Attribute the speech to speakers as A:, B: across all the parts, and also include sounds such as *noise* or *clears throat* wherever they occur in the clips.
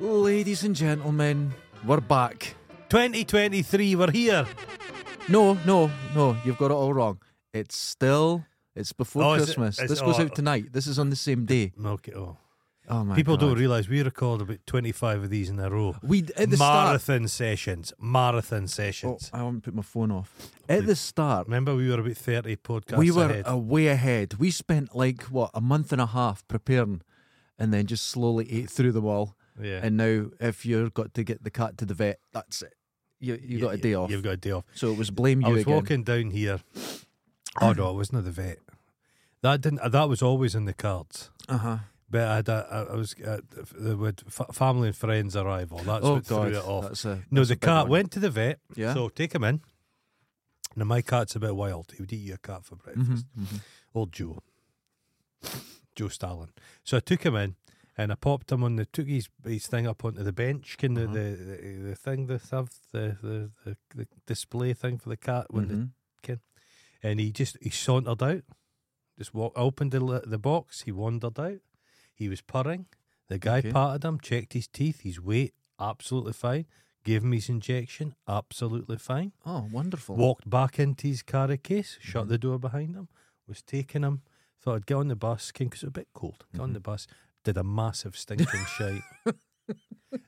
A: Ladies and gentlemen, we're back.
B: 2023, we're here.
A: No, no, no, you've got it all wrong. It's still, it's before
B: Oh, is it-
A: Christmas.
B: is-
A: this goes
B: oh.
A: out tonight. This is on the same day.
B: Milk it all.
A: Oh my
B: People
A: God.
B: don't realise we record about 25 of these in a row.
A: We at the start.
B: Marathon sessions. Marathon
A: Oh,
B: sessions.
A: I haven't put my phone off. At the start,
B: Remember, we were about 30 podcasts
A: we were
B: ahead.
A: a way ahead. We spent like what a month and a half preparing, and then just slowly ate through them all.
B: yeah.
A: And now, if you've got to get the cat to the vet, that's it. You you
B: Yeah,
A: got a day
B: yeah,
A: off.
B: You've got a day off.
A: So it was blame you
B: I was
A: again.
B: walking down here. Oh no, it wasn't at the vet. That didn't. uh, That was always in the cards.
A: Uh huh.
B: But I, had a, I- I was uh, the would f- family and friends arrival. That's
A: Oh
B: what
A: God,
B: threw it off.
A: that's a
B: no, the
A: big
B: cat
A: one.
B: went to the vet.
A: Yeah.
B: So take him in. Now my cat's a bit wild. He would eat your cat for
A: Mm-hmm.
B: breakfast. Old Joe, Joe Stalin. So I took him in. And I popped him on the took his, his thing up onto the bench, kind
A: Uh-huh.
B: of the, the the thing the have the the, the the display thing for the cat when the
A: Mhm.
B: and he just he sauntered out. Just walked, opened the li- the box. He wandered out. He was purring. The guy
A: Okay.
B: patted him, checked his teeth, his weight, absolutely fine. Gave him his injection, absolutely fine.
A: Oh, wonderful. *laughs*
B: Walked back into his carry case, shut the door behind him. Was taking him. Thought I'd get on the bus, because it was a bit cold. Got on the bus, did a massive stinking shite.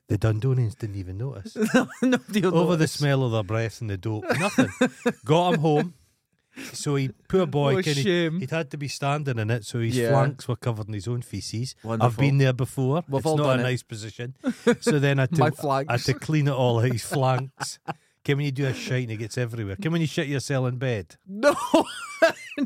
B: The Dundonians didn't even notice
A: Nobody will
B: over the
A: notice.
B: smell of their breath and the dope. Nothing.
A: *laughs*
B: Got him home. So he, poor boy,
A: What a
B: can he-
A: shame.
B: he'd had to be standing in it, so his
A: Yeah.
B: flanks were covered in his own feces. I've
A: Wonderful.
B: been there before.
A: We've
B: it's
A: all
B: not
A: done
B: a
A: it. *laughs*
B: nice position. So then I had to,
A: My
B: I had
A: flanks.
B: to clean it all out. His flanks. Can when you do a shite and it gets everywhere? Can when you shit yourself in bed?
A: No,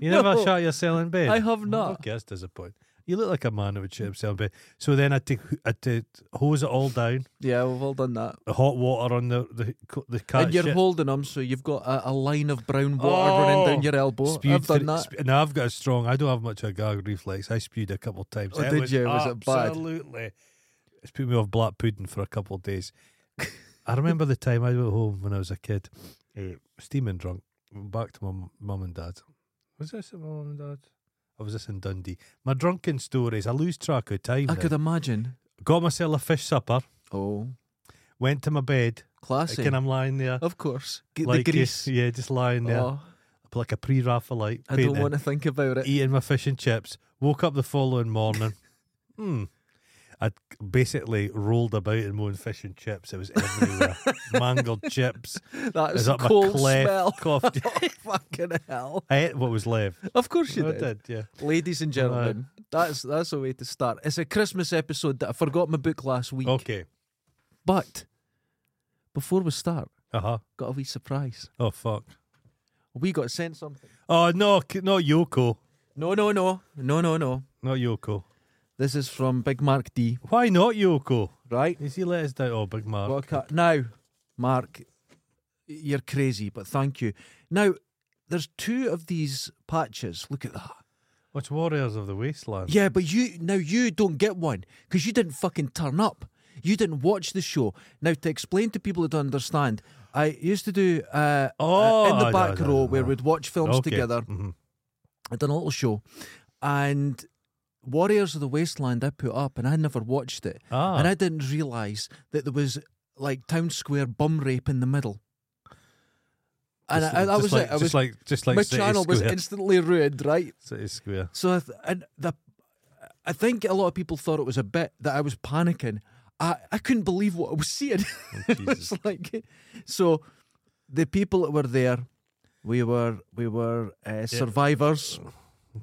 B: You never
A: *laughs* No.
B: shot yourself in bed.
A: I have
B: Well,
A: not.
B: Okay, that's disappointing. You look like a man who would shit himself in bed. So then I had to, I had to hose it all down.
A: yeah, we've all done that.
B: The hot water on the the the cat
A: and you're
B: shit.
A: holding them, so you've got a, a line of brown water running down
B: Oh.
A: your elbow. I've done that.
B: sp- no, I've got a strong. I don't have much of a gag reflex. I spewed a couple of times.
A: Oh, did you? Was it bad?
B: Absolutely. It's put me off black pudding for a couple of days. I remember the time I went home when I was a kid, uh, steaming drunk, back to my m- mum and dad. Was this at my mum and dad? Or was this in Dundee? My drunken stories. I lose track of time.
A: I
B: now.
A: could imagine.
B: Got myself a fish supper.
A: Oh,
B: Went to my bed.
A: classic.
B: Again, I'm lying there.
A: of course, Get
B: like,
A: Oh, the grease.
B: Yeah, just lying there,
A: Oh,
B: like a pre-Raphaelite.
A: I
B: painting.
A: don't want to think about it.
B: eating my fish and chips. Woke up the
A: *laughs*
B: following morning. hmm. I basically rolled about in my own fish and chips. It was
A: *laughs*
B: everywhere. Mangled chips.
A: That
B: It
A: is
B: was up
A: cold
B: my cleft.
A: smell. *laughs*
B: coughed-
A: Fucking hell!
B: I ate what was left. Oh,
A: Of course you
B: I
A: did.
B: did, Uh, yeah.
A: ladies and gentlemen. That's that's a way to start. It's a Christmas episode that I forgot my book last week.
B: Okay.
A: But before we start,
B: Uh huh.
A: got a wee surprise.
B: Oh, fuck.
A: We got sent something.
B: Oh, no, c- not Yoko.
A: No, no, no, no, no, no.
B: Not Yoko.
A: This is from Big Mark D,
B: Why not Yoko?
A: right?
B: Is he let us down? Oh, Big Mark.
A: Well, ca- Now, Mark, you're crazy, but thank you. Now, there's two of these patches. Look at that.
B: What's Warriors of the Wasteland?
A: Yeah, but you now you don't get one because you didn't fucking turn up. You didn't watch the show. Now to explain to people that don't understand, I used to do uh,
B: Oh,
A: uh, in
B: I
A: the
B: know, I
A: back
B: know, I
A: row
B: know.
A: where we'd watch films
B: Okay.
A: together.
B: Mhm.
A: I'd done a little show, and Warriors of the Wasteland I put up, and I never watched it,
B: Ah.
A: and I didn't realise that there was like town square bum rape in the middle. And
B: Just-
A: I, I, that
B: just
A: was
B: like,
A: it. I
B: just
A: was,
B: like, just like
A: my
B: City
A: channel was
B: Square.
A: instantly ruined, right?
B: City Square.
A: So I, th- and the, I think a lot of people thought it was a bit that I was panicking. I, I couldn't believe what I was seeing. *laughs*
B: Oh,
A: it was like, so the people that were there, we were we were uh, survivors,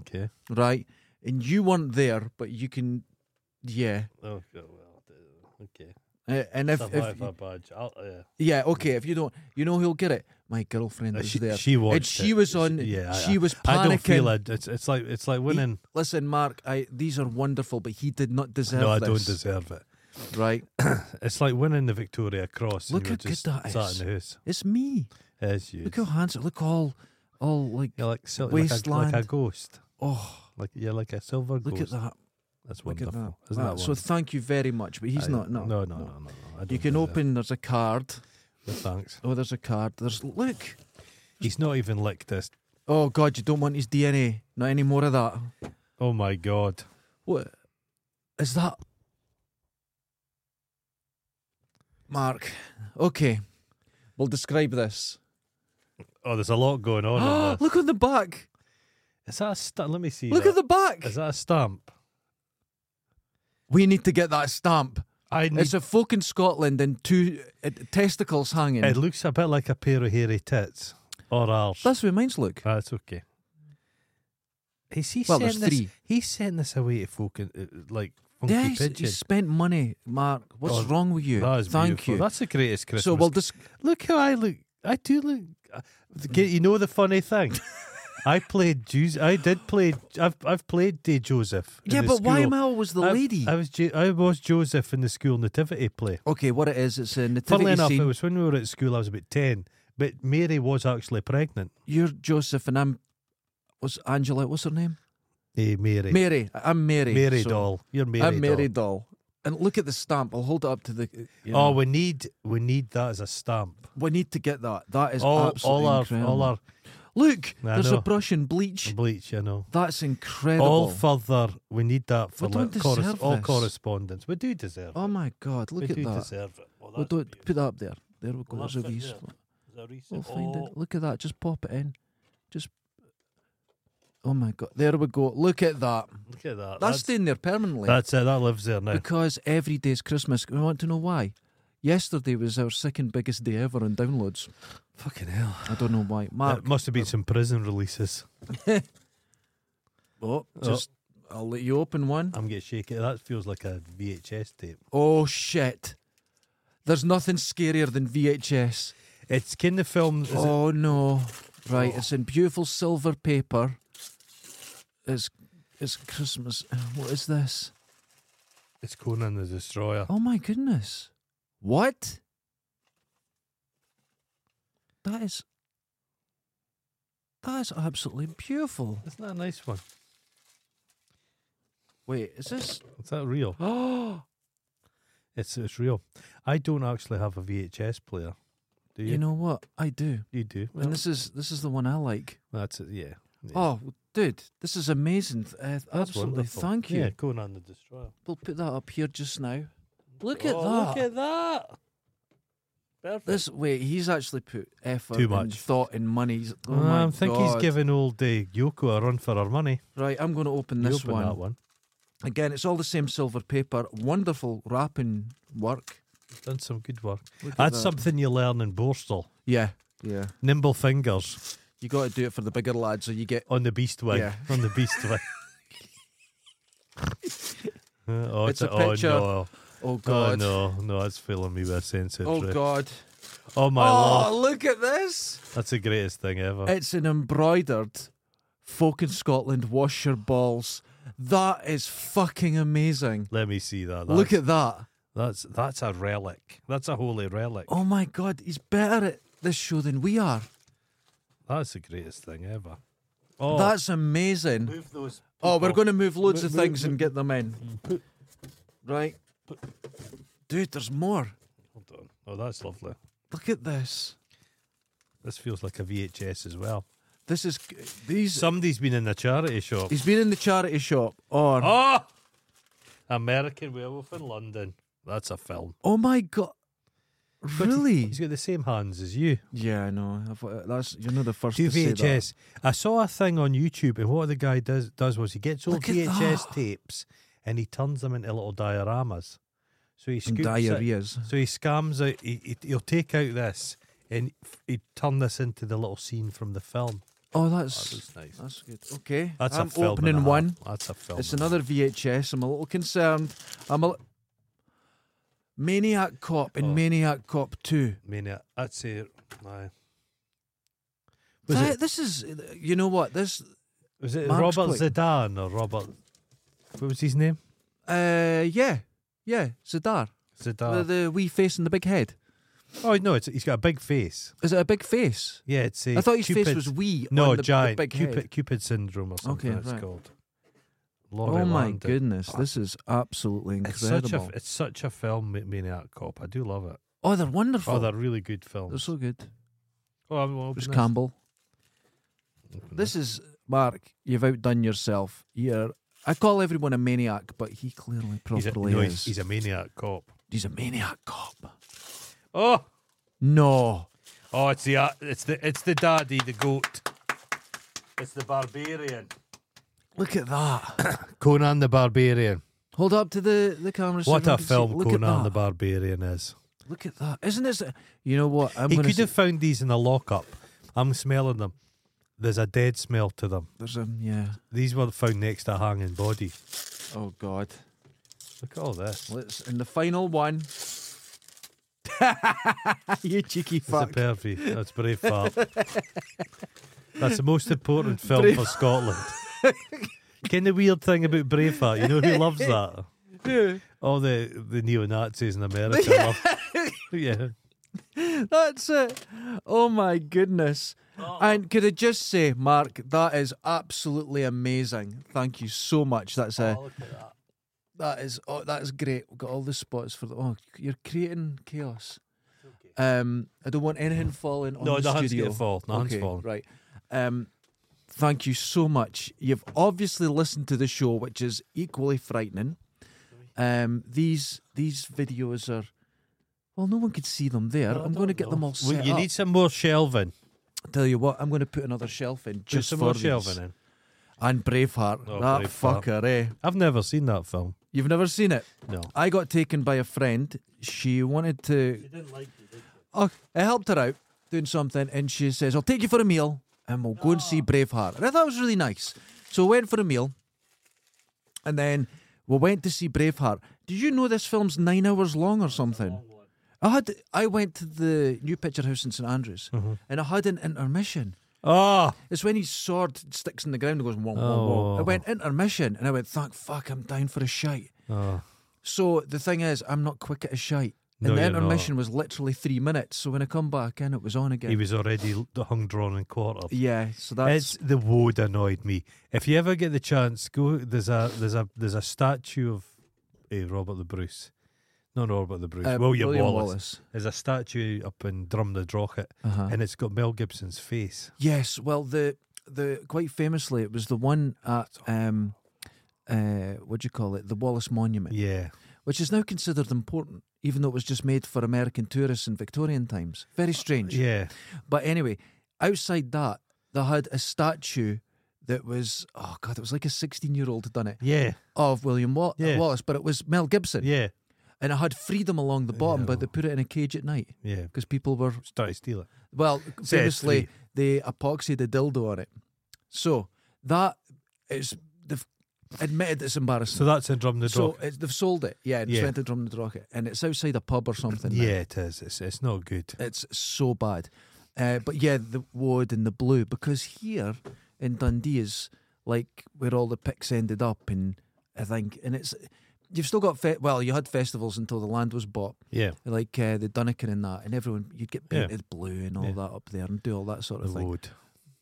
B: Okay.
A: right? And you weren't there, but you can, yeah.
B: Oh, God, well, uh, okay.
A: Uh, and if, if
B: Survivor badge. I'll, yeah.
A: yeah, okay, if you don't, you know who'll get it. My girlfriend
B: Uh,
A: was
B: she,
A: there.
B: she watched
A: and she
B: it.
A: was on.
B: I-
A: she was panicking.
B: I don't feel it. It's, it's like it's like
A: He-
B: winning.
A: listen, Mark, I, these are wonderful, but he did not deserve
B: no, I
A: this.
B: don't deserve it.
A: Right.
B: It's like winning the Victoria Cross. and
A: Look
B: you
A: how
B: were
A: good
B: just
A: that
B: Sat
A: is.
B: in the house.
A: It's me.
B: It's you.
A: Look how handsome. Look all, all like.
B: you're like, sil- like, a, like a
A: wasteland.
B: ghost.
A: Oh,
B: Like you're like a silver
A: look
B: ghost.
A: at that.
B: That's
A: Look at
B: wonderful.
A: that.
B: Isn't
A: Wow,
B: that
A: So
B: wonderful?
A: thank you very much, but he's
B: I-
A: not. No,
B: no, no, no, no. no, I
A: You can
B: don't deserve
A: open. There's a card.
B: it. Thanks.
A: Oh, there's a card. There's look.
B: He's not even licked this.
A: Oh God, you don't want his DNA. Not any more of that.
B: Oh my god.
A: What is that? Mark. Okay. We'll describe this. Ah,
B: Oh, there's a lot going
A: *gasps*
B: on. in this.
A: Look on the back.
B: Is that a stamp? Let me see.
A: Look
B: that.
A: at the back.
B: Is that a stamp?
A: We need to get that stamp.
B: I need.
A: It's a folk in Scotland and two uh, testicles hanging.
B: it looks a bit like a pair of hairy tits or arse.
A: That's the way mine's look.
B: That's okay. Is he
A: Well,
B: sent
A: there's
B: this?
A: three.
B: He sent this away to folk in, uh, like funky
A: Yeah, he's,
B: pigeon.
A: he's spent money, Mark. What's
B: Oh,
A: wrong with you?
B: That is
A: Thank
B: beautiful.
A: you.
B: That's the greatest Christmas.
A: so we'll just
B: look how I look. I do look. uh, Get you know the
A: *laughs*
B: funny thing. I played. Jews. I did play. I've I've played Day Joseph. in
A: yeah,
B: the
A: but why am
B: school.
A: I always the
B: I-
A: lady?
B: I was Jo- I was Joseph in the school nativity play.
A: okay, what it is? It's a nativity
B: Funnily enough,
A: scene.
B: it was when we were at school. I was about ten, but Mary was actually pregnant.
A: You're Joseph, and I'm was Angela. What's her name?
B: Hey, Eh, Mary.
A: Mary. I'm Mary.
B: Mary
A: so-
B: doll. You're Mary.
A: I'm
B: doll.
A: Mary doll. And look at the stamp. I'll hold it up to the. you know.
B: Oh, we need we need that as a stamp.
A: we need to get that. That is
B: All
A: absolutely
B: all our
A: incredible.
B: all our
A: Look,
B: I
A: there's
B: know.
A: a brush and bleach.
B: bleach, you know.
A: That's incredible.
B: All further, we need that for
A: We don't
B: like corres-
A: deserve
B: all
A: this.
B: correspondence. We do deserve.
A: oh
B: it.
A: my God! Look
B: we
A: at
B: do
A: that.
B: deserve it.
A: Well,
B: Well, that's
A: don't
B: beautiful.
A: put that up there. There we go.
B: Well,
A: There's a
B: that's it
A: wee.
B: there.
A: spot.
B: Is that recent?
A: We'll find
B: Oh,
A: it. Look at that. Just pop it in. Just. Oh my God! There we go. Look at that.
B: Look at that.
A: That's
B: That's
A: staying there permanently.
B: that's it. That lives there now.
A: Because every day's Christmas. We want to know why. Yesterday was our second biggest day ever on downloads.
B: Fucking hell. Uh,
A: I don't know why. Mark,
B: That must have been some prison releases.
A: oh, just I'll let you open one.
B: I'm getting shaky. That feels like a VHS tape.
A: Oh shit! There's nothing scarier than VHS.
B: It's kind of film. Is it, Oh.
A: oh no! Right, it's in beautiful silver paper. It's it's Christmas. uh, What is this?
B: it's Conan the Destroyer.
A: Oh my goodness! What? That is that is absolutely beautiful.
B: Isn't that a nice one?
A: Wait, is
B: *gasps*
A: this?
B: Is that real?
A: Oh,
B: It's it's real. I don't actually have a VHS player. Do you?
A: you know what? I do.
B: You do. Well,
A: And this is this is the one I like.
B: that's it. Yeah. yeah.
A: Oh, dude, this is amazing. Th- Uh,
B: That's
A: absolutely,
B: wonderful.
A: thank you.
B: Yeah, Conan the Destroyer.
A: We'll put that up here just now. Look at
B: Oh,
A: that.
B: Look at that. Perfect.
A: This wait, he's actually put effort,
B: Too
A: and
B: much.
A: thought, and money. He's- Oh
B: Uh,
A: my
B: I think
A: God.
B: he's giving old uh, Yoko a run for her money.
A: Right, I'm going to open
B: You
A: this
B: open
A: one.
B: that one.
A: Again, it's all the same silver paper. Wonderful wrapping work.
B: Done some good work.
A: Look at
B: That's
A: that.
B: something you learn in Borstal.
A: Yeah, yeah.
B: Nimble fingers
A: You got to do it for the bigger lads, so you get.
B: on the beast wing.
A: Yeah.
B: On the beast
A: *laughs*
B: wing. Uh, oh,
A: It's
B: it's,
A: a picture.
B: Oh, no.
A: Oh God.
B: Oh, no. No, that's filling me with a sense of
A: Oh,
B: dread.
A: God.
B: Oh, my
A: oh,
B: lord.
A: look at this.
B: That's the greatest thing ever.
A: It's an embroidered folk in Scotland wash your balls. That is fucking amazing.
B: Let me see that.
A: Look
B: That's-
A: at that.
B: That's that's a relic. That's a holy relic.
A: Oh my god, he's better at this show than we are.
B: That's the greatest thing ever. Oh,
A: That's amazing.
B: move those.
A: Oh, we're going to move loads
B: Mo-
A: of
B: mo-
A: things
B: mo-
A: and get them in. Right. Dude, there's more.
B: Hold on. Oh, that's lovely.
A: Look at this.
B: This feels like a VHS as well.
A: This is these
B: Somebody's been in the charity shop.
A: He's been in the charity shop or Oh,
B: Oh, American Werewolf in London. That's a film.
A: oh my god. Really?
B: He's got the same hands as you.
A: yeah, I know. I've- uh, That's you're not the first
B: Do
A: to say that.
B: VHS. I saw a thing on YouTube, and what the guy does does was he gets old
A: Look at
B: VHS
A: that.
B: tapes and he turns them into little dioramas. So he
A: And
B: scoops it,
A: diarrheas.
B: So he scams out. He, he, he'll take out this and f- he'd turn this into the little scene from the film.
A: Oh,
B: That
A: that's
B: was nice.
A: that's good. Okay,
B: That's
A: I'm
B: a film. and a
A: opening
B: half.
A: one.
B: That's a film.
A: It's
B: and a
A: another VHS. I'm a little concerned. I'm a li- Maniac Cop and
B: Oh.
A: Maniac Cop Two.
B: half. I mean, uh, that's it. Aye. Was
A: That,
B: it,
A: this is, you know what? This,
B: was it
A: Mark's
B: Robert
A: play-
B: Zidane or Robert? What was his name?
A: uh, yeah, yeah, Zadar, the,
B: Zidane.
A: the wee face and the big head.
B: oh no, it's, he's got a big face.
A: Is it a big face?
B: Yeah, it's. A
A: I thought his face
B: Cupid's-
A: was wee.
B: no
A: on the,
B: giant
A: The big
B: Cupid,
A: head.
B: Cupid syndrome or something.
A: Okay,
B: it's
A: right.
B: called. Laurie
A: Oh my
B: Landon.
A: goodness, this is absolutely
B: It's such, a,
A: incredible.
B: f- it's such a film, Ma- Maniac Cop. I do love it.
A: oh, they're wonderful.
B: Oh,
A: they're,
B: they're really good films.
A: so good.
B: Oh, I'm open
A: Bruce
B: this.
A: Campbell.
B: Open
A: This is Mark. You've outdone yourself. You're. I call everyone a maniac, but he clearly
B: He's a,
A: properly
B: no,
A: is.
B: he's, he's a maniac cop.
A: He's a maniac cop.
B: Oh,
A: No.
B: oh, it's the uh, it's the it's the daddy, the goat. It's the barbarian.
A: Look at that. *coughs*
B: Conan the Barbarian.
A: Hold up to the, the camera. so
B: What
A: everyone
B: a
A: can see.
B: film
A: Look at
B: Conan
A: that.
B: the Barbarian is.
A: Look at that. Isn't this? You know what? I'm
B: he
A: gonna
B: could
A: say-
B: have found these in a lockup. I'm smelling them. There's a dead smell to them.
A: There's a yeah.
B: These were found next to a hanging body.
A: Oh God.
B: Look at all this.
A: Let's and the final one. *laughs* you cheeky
B: That's a
A: fuck.
B: pervy. That's brave *laughs* fart. That's the most important film
A: Brave-
B: for Scotland. Ken the weird thing about Braveheart, you know who loves that? All Oh, the, the neo Nazis
A: *laughs*
B: in America love. *laughs* Yeah.
A: That's it. Oh my goodness. And could I just say, Mark, that is absolutely amazing. Thank you so much. That's
B: Uh,
A: a
B: Oh.
A: that is oh, that is great. We've got all the spots for the oh, you're creating chaos. Um, I don't want anything falling on
B: No,
A: the
B: nothing's
A: studio.
B: gonna fall. Nothing's
A: okay,
B: falling.
A: Right. Um, thank you so much. You've obviously listened to the show, which is equally frightening. Um, these these videos are well, no one could see them there. I'm going to get them all set
B: Well, you
A: up.
B: need some more shelving.
A: Tell you what, I'm going to put another shelf in
B: Just
A: just
B: some
A: for
B: more
A: these.
B: shelving in.
A: And Braveheart,
B: Oh,
A: that
B: Braveheart.
A: fucker, eh?
B: I've never seen that film.
A: You've never seen it.
B: No.
A: I got taken by a friend. She wanted to. She didn't like Oh, I helped her out doing something, and she says, "I'll take you for a meal, and we'll go and see Braveheart." And I thought it was really nice, so we went for a meal, and then we went to see Braveheart. Did you know this film's nine hours long or something? I had I went to the new picture house in St Andrews, and I had an intermission.
B: Oh,
A: It's when his sword sticks in the ground and goes, whoa, whoa, whoa.
B: Oh.
A: I went intermission and I went, thank fuck, I'm down for a shite.
B: Oh.
A: So the thing is, I'm not quick at a shite. And
B: No,
A: the
B: you're not.
A: intermission was literally three minutes. So when I come back in, it was on again.
B: he was already l- hung, drawn, and quartered.
A: yeah, so that's.
B: It's the woad annoyed me. If you ever get the chance, go. There's a there's a there's a statue of eh, Robert the Bruce, not Robert the Bruce,
A: uh,
B: William, Wallace. There's a statue up in Drumnadrochit,
A: Uh-huh.
B: and it's got Mel Gibson's face.
A: Yes, well, the the quite famously, it was the one at. Um, uh, what do you call it? The Wallace Monument,
B: Yeah,
A: which is now considered important, even though it was just made for American tourists in Victorian times. Very strange.
B: yeah.
A: But anyway, outside that, they had a statue that was oh god, it was like a sixteen-year-old done it
B: Yeah,
A: of William Wa- uh,
B: Yeah.
A: Wallace, but it was Mel Gibson,
B: yeah,
A: and it had freedom along the bottom, but they put it in a cage at night
B: yeah.
A: because people were
B: Just Try to steal it.
A: well,
B: Said
A: famously
B: three.
A: they epoxied a dildo on it. So that is they've admitted it's embarrassing.
B: So that's in Drumnadrochit.
A: So it's, they've sold it, yeah. It's
B: Yeah.
A: went to Drummond Rocket, and it's outside a pub or something. now.
B: yeah, it is. It's it's not good.
A: It's so bad. Uh, but yeah, the wood and the blue, because here in Dundee is like where all the picks ended up, and I think, and it's you've still got fe- well, you had festivals until the land was bought,
B: Yeah,
A: like uh, the Dunnikin and that, and everyone you'd get
B: Yeah.
A: painted blue and all
B: Yeah.
A: that up there and do all that sort
B: the
A: of thing.
B: woad.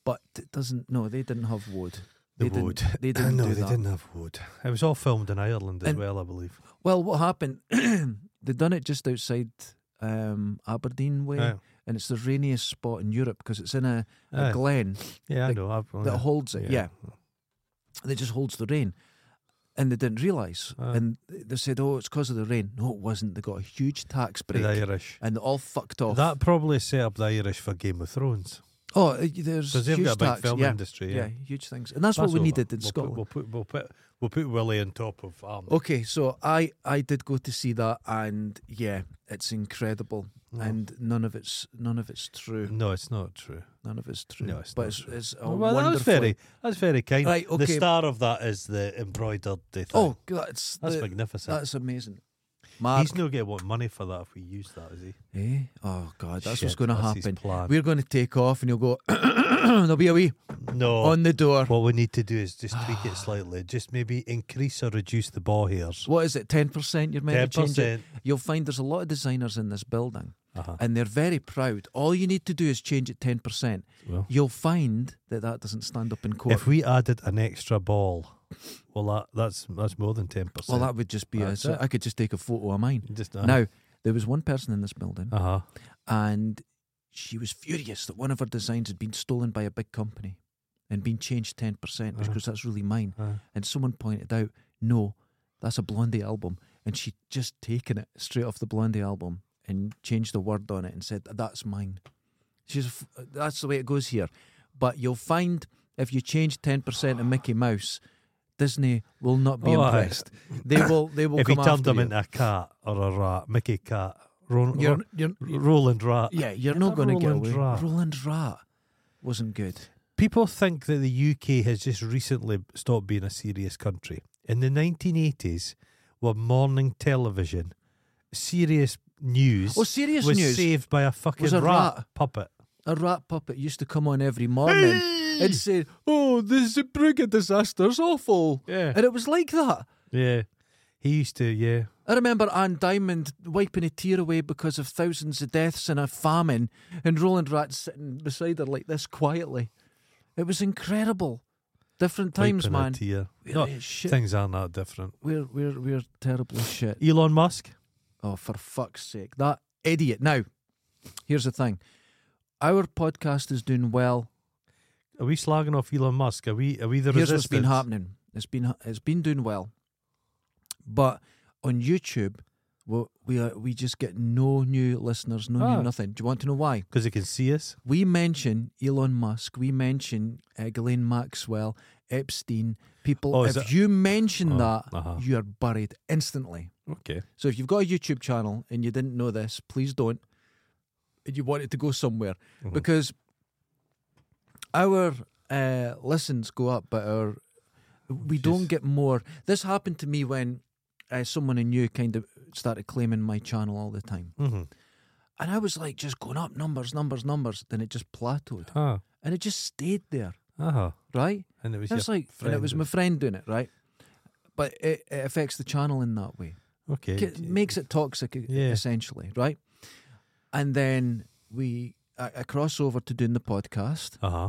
A: But it doesn't. No, they didn't have wood.
B: The
A: they didn't-
B: wood. *clears throat*
A: they didn't
B: no,
A: do
B: they
A: that.
B: didn't have wood. It was all filmed in Ireland as
A: And-
B: well, I believe.
A: Well, what happened? *clears throat* they done it just outside um, Aberdeen way,
B: Aye.
A: and it's the rainiest spot in Europe because it's in a, a
B: Aye.
A: glen.
B: Oh, Yeah, I
A: Like,
B: know. I've,
A: that holds it. Yeah. And it just holds the rain. And they didn't realise.
B: Ah.
A: And they said, oh, it's because of the rain. No, it wasn't. They got a huge tax break.
B: the Irish.
A: and they all fucked off.
B: uh, That probably set up the Irish for Game of Thrones
A: oh, uh, there's
B: because
A: huge
B: they've got a big
A: tax.
B: film
A: yeah.
B: industry. Yeah,
A: yeah, huge things. And that's, what
B: That's
A: we
B: over.
A: needed in
B: we'll
A: Scotland. Oh,
B: Put, we'll put we'll put we'll put Willie on top of um,
A: Okay, so I I did go to see that, and yeah, it's incredible,
B: no.
A: and none of it's none of it's true.
B: No, it's not true.
A: None of it's true.
B: No, it's
A: but
B: not
A: it's,
B: true.
A: it's a
B: Oh, well, that was
A: wonderfully-
B: very that's very kind.
A: Right,
B: The
A: okay.
B: star of that is the embroidered thing.
A: Oh, that's
B: that's
A: the-
B: magnificent.
A: that's amazing. Mark,
B: He's not going to want money for that if we use that, is he?
A: eh? Oh God, that's what's
B: Shit,
A: going to
B: that's his
A: happen.
B: plan.
A: We're going to take off, and you'll go. *coughs* There'll be a wee
B: No.
A: on the door.
B: what we need to do is just
A: *sighs*
B: tweak it slightly. Just maybe increase or reduce the ball hairs.
A: What is it? Ten percent? You're meant to change it.
B: 10%.
A: You'll find there's a lot of designers in this building,
B: Uh-huh.
A: and they're very proud. All you need to do is change it ten percent.
B: Well.
A: You'll find that that doesn't stand up in court.
B: If we added an extra ball, well, that that's that's more than ten
A: Well,
B: percent.
A: that would just be a,
B: That's
A: so
B: it. Uh-huh.
A: I could just take a photo of mine.
B: just
A: Now, there was one person in this building,
B: Uh huh.
A: and she was furious that one of her designs had been stolen by a big company and been changed 10%,
B: Uh-huh.
A: because that's really mine.
B: Uh-huh.
A: And someone pointed out, no, that's a Blondie album. And she'd just taken it straight off the Blondie album and changed the word on it and said, That's mine. She's, "F- That's the way it goes here. But you'll find if you change 10% of Mickey Mouse, Disney will not be
B: Oh, aye.
A: impressed. They will, they will
B: *laughs* if he
A: come
B: turned
A: after
B: him
A: you.
B: into a cat or a rat, Mickey Cat, Ron,
A: You're,
B: Ron-
A: you're,
B: Roland Rat.
A: yeah, you're
B: You're
A: not
B: not
A: going to get
B: Roland
A: away.
B: Rat.
A: Roland Rat wasn't good.
B: People think that the UK has just recently stopped being a serious country. In the 1980s, where morning television, serious news
A: Well, Oh, serious
B: was
A: news.
B: saved by a fucking
A: a
B: rat,
A: rat.
B: puppet.
A: a rat puppet used to come on every morning and say, "Oh, this Zeebrugge disaster's awful,"
B: Yeah.
A: and it was like that.
B: Yeah. He used to, yeah.
A: I remember Anne Diamond wiping a tear away because of thousands of deaths in a famine, and Roland Rat sitting beside her like this quietly. It was incredible. Different times,
B: Wiping a
A: man.
B: tear.
A: We're
B: No,
A: as shit.
B: Things aren't that different.
A: We're we're we're terribly shit.
B: Elon Musk.
A: Oh, for fuck's sake. That idiot. Now, here's the thing. Our podcast is doing well.
B: Are we slagging off Elon Musk? Are we are we the
A: Here's
B: resistance?
A: what's been happening. It's been ha- it's been doing well, but on YouTube, we we, are, we just get no new listeners, no
B: Ah.
A: new nothing. Do you want to know why?
B: Because he can see us.
A: We mention Elon Musk, we mention uh, Ghislaine Maxwell, Epstein. People,
B: Oh,
A: if
B: is it-
A: you mention
B: Oh,
A: that,
B: uh-huh.
A: you are buried instantly.
B: Okay.
A: So if you've got a YouTube channel and you didn't know this, please don't. And you want it to go somewhere
B: Mm-hmm.
A: because our uh, listens go up, but our we don't get more. This happened to me when uh, someone in you kind of started claiming my channel all the time,
B: Mm-hmm.
A: and I was like just going up numbers, numbers, numbers. Then it just plateaued,
B: Ah.
A: and it just stayed there,
B: Uh-huh.
A: right?
B: And it was
A: That's
B: your
A: like, and it
B: friend
A: was my friend doing it, right? But it, it affects the channel in that way.
B: Okay.
A: It makes it toxic, e-
B: Yeah.
A: essentially, right? And then we I, I cross over to doing the podcast,
B: Uh huh.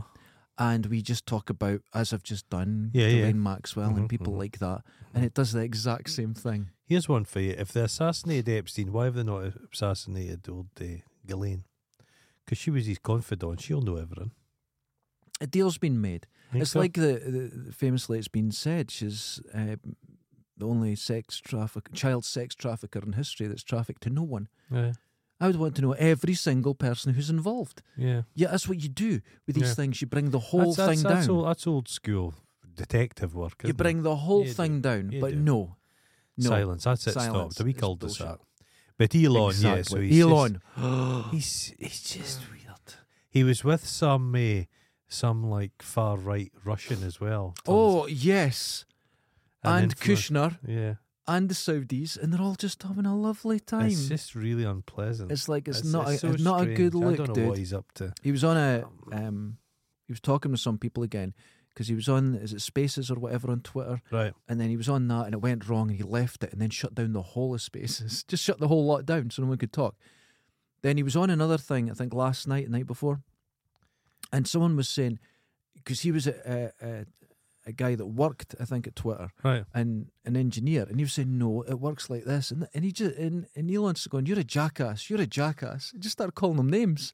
A: and we just talk about as I've just done,
B: Yeah, yeah.
A: Ghislaine Maxwell and
B: Mhm,
A: people
B: mhm.
A: like that, and it does the exact same thing.
B: Here's one for you. If they assassinated Epstein, why have they not assassinated old uh, Ghislaine? Because she was his confidant. She'll know everything.
A: A deal's been made.
B: Think
A: it's
B: so?
A: like the, the famously it's been said she's uh, the only sex traffic child sex trafficker in history that's trafficked to no one.
B: Yeah.
A: I would want to know every single person who's involved.
B: Yeah.
A: Yeah, that's what you do with these
B: Yeah.
A: things. You bring the whole
B: that's, that's,
A: thing
B: that's
A: down.
B: Old, that's old school detective work.
A: You
B: isn't it?
A: bring the whole
B: You do.
A: thing down,
B: You
A: but
B: do.
A: no, no.
B: Silence. That's it.
A: Silence.
B: Stopped. A wee
A: It's
B: cul-de-sac.
A: bullshit.
B: But Elon, yeah. So
A: Exactly.
B: he's
A: Elon.
B: *gasps* Just, he's he's just weird. He was with some uh, some like far right Russian as well.
A: oh yes,
B: An
A: and
B: influence-
A: Kushner
B: Yeah.
A: and the Saudis, and they're all just having a lovely time.
B: It's just really unpleasant.
A: It's like it's,
B: It's-
A: not
B: it's
A: a,
B: so
A: it's not a good look,
B: strange. I don't know
A: dude.
B: what he's up to.
A: He was on
B: Eh,
A: a um, he was talking to some people again because he was on is it Spaces or whatever on Twitter,
B: Right.
A: and then he was on that and it went wrong and he left it and then shut down the whole of Spaces, *laughs* just shut the whole lot down so no one could talk. Then he was on another thing I think last night, the night before, and someone was saying because he was a, a, a a guy that worked I think at Twitter
B: Right.
A: and an engineer, and he was saying, "No, it works like this." And and he just and, and Elon's going, "You're a jackass. You're a jackass." He just started calling them names,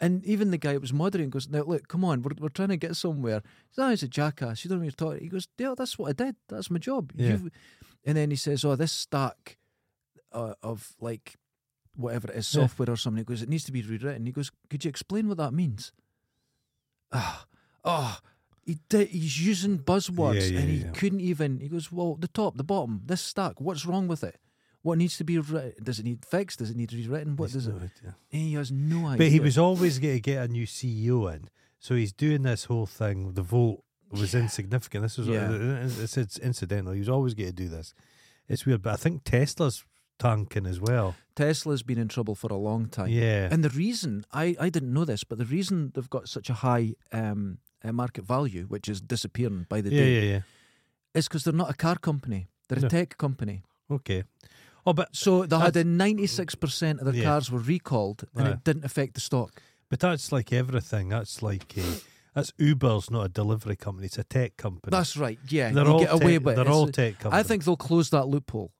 A: and even the guy that was moderating goes, "Now look, come on, we're, we're trying to get somewhere." He's, "No, he's a jackass. You don't know what you're talking." He goes, "Yeah, that's what I did. That's my job."
B: Yeah.
A: You've-" And then he says, "Oh, this stack uh, of like whatever it is,
B: Yeah.
A: software or something." He goes, "It needs to be rewritten." He goes, "Could you explain what that means?" Ah, oh. He did, he's using buzzwords
B: yeah,
A: and he
B: yeah.
A: couldn't even. He goes, Well, the top, the bottom, this stack, what's wrong with it? What needs to be written? Does it need fixed? Does it need rewritten? What does it? And he has no idea.
B: But he was always going to get a new CEO in. So he's doing this whole thing. The vote was insignificant. This is
A: Yeah.
B: it's, it's incidental. He was always going to do this. It's weird, but I think Tesla's tanking as well.
A: Tesla's been in trouble for a long time.
B: Yeah.
A: And the reason, I, I didn't know this, but the reason they've got such a high um, uh, market value, which is disappearing by the
B: yeah,
A: day,
B: yeah, yeah.
A: is because they're not a car company, they're
B: No.
A: a tech company.
B: Okay. Oh, but
A: So they had
B: That's-
A: a 96% of their
B: Yeah.
A: cars were recalled and
B: Aye.
A: it didn't affect the stock.
B: but that's like everything. That's like uh, that's Uber's not a delivery company. It's a tech company.
A: That's right. Yeah,
B: they're
A: you
B: all
A: get away
B: tech,
A: with it.
B: they're
A: It's
B: all
A: a-
B: tech companies.
A: I think they'll close that loophole.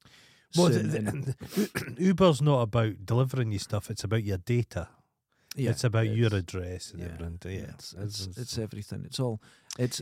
B: Well,
A: soon,
B: the-
A: and-
B: the- *coughs* Uber's not about delivering you stuff. It's about your data.
A: yeah,
B: it's about
A: it's-
B: your address and
A: yeah,
B: everything. Yeah,
A: It's, it's, it's everything. It's all. It's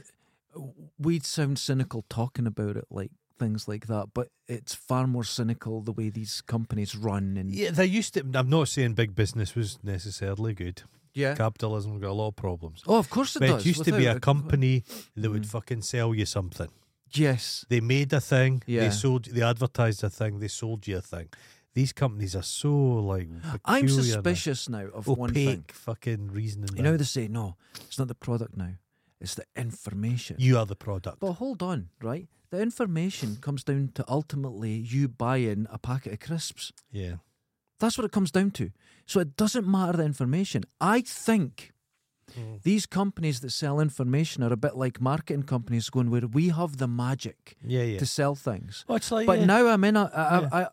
A: we sound cynical talking about it like things like that. But it's far more cynical the way these companies run. And
B: Yeah, they used to. I'm not saying big business was necessarily good.
A: yeah.
B: Capitalism got a lot of problems.
A: Oh, of course it
B: But
A: does.
B: it used to be
A: without Mm.
B: a company that would fucking sell you something.
A: Yes.
B: They made a thing.
A: Yeah.
B: They sold. They advertised a thing. They sold you a thing. These companies are so like.
A: *gasps* I'm
B: peculiar Oh, now.
A: suspicious now of
B: Opaque
A: one thing.
B: fucking reasoning.
A: You know, they say, no, it's not the product now, it's the information.
B: you are the product.
A: But hold on, right? The information comes down to ultimately you buying a packet of crisps.
B: yeah.
A: That's what it comes down to. So it doesn't matter the information. I think
B: Hmm.
A: these companies that sell information are a bit like marketing companies going where we have the magic
B: Yeah. Yeah.
A: to sell things.
B: Oh, it's like.
A: But
B: yeah.
A: now I'm in a, I, I, I,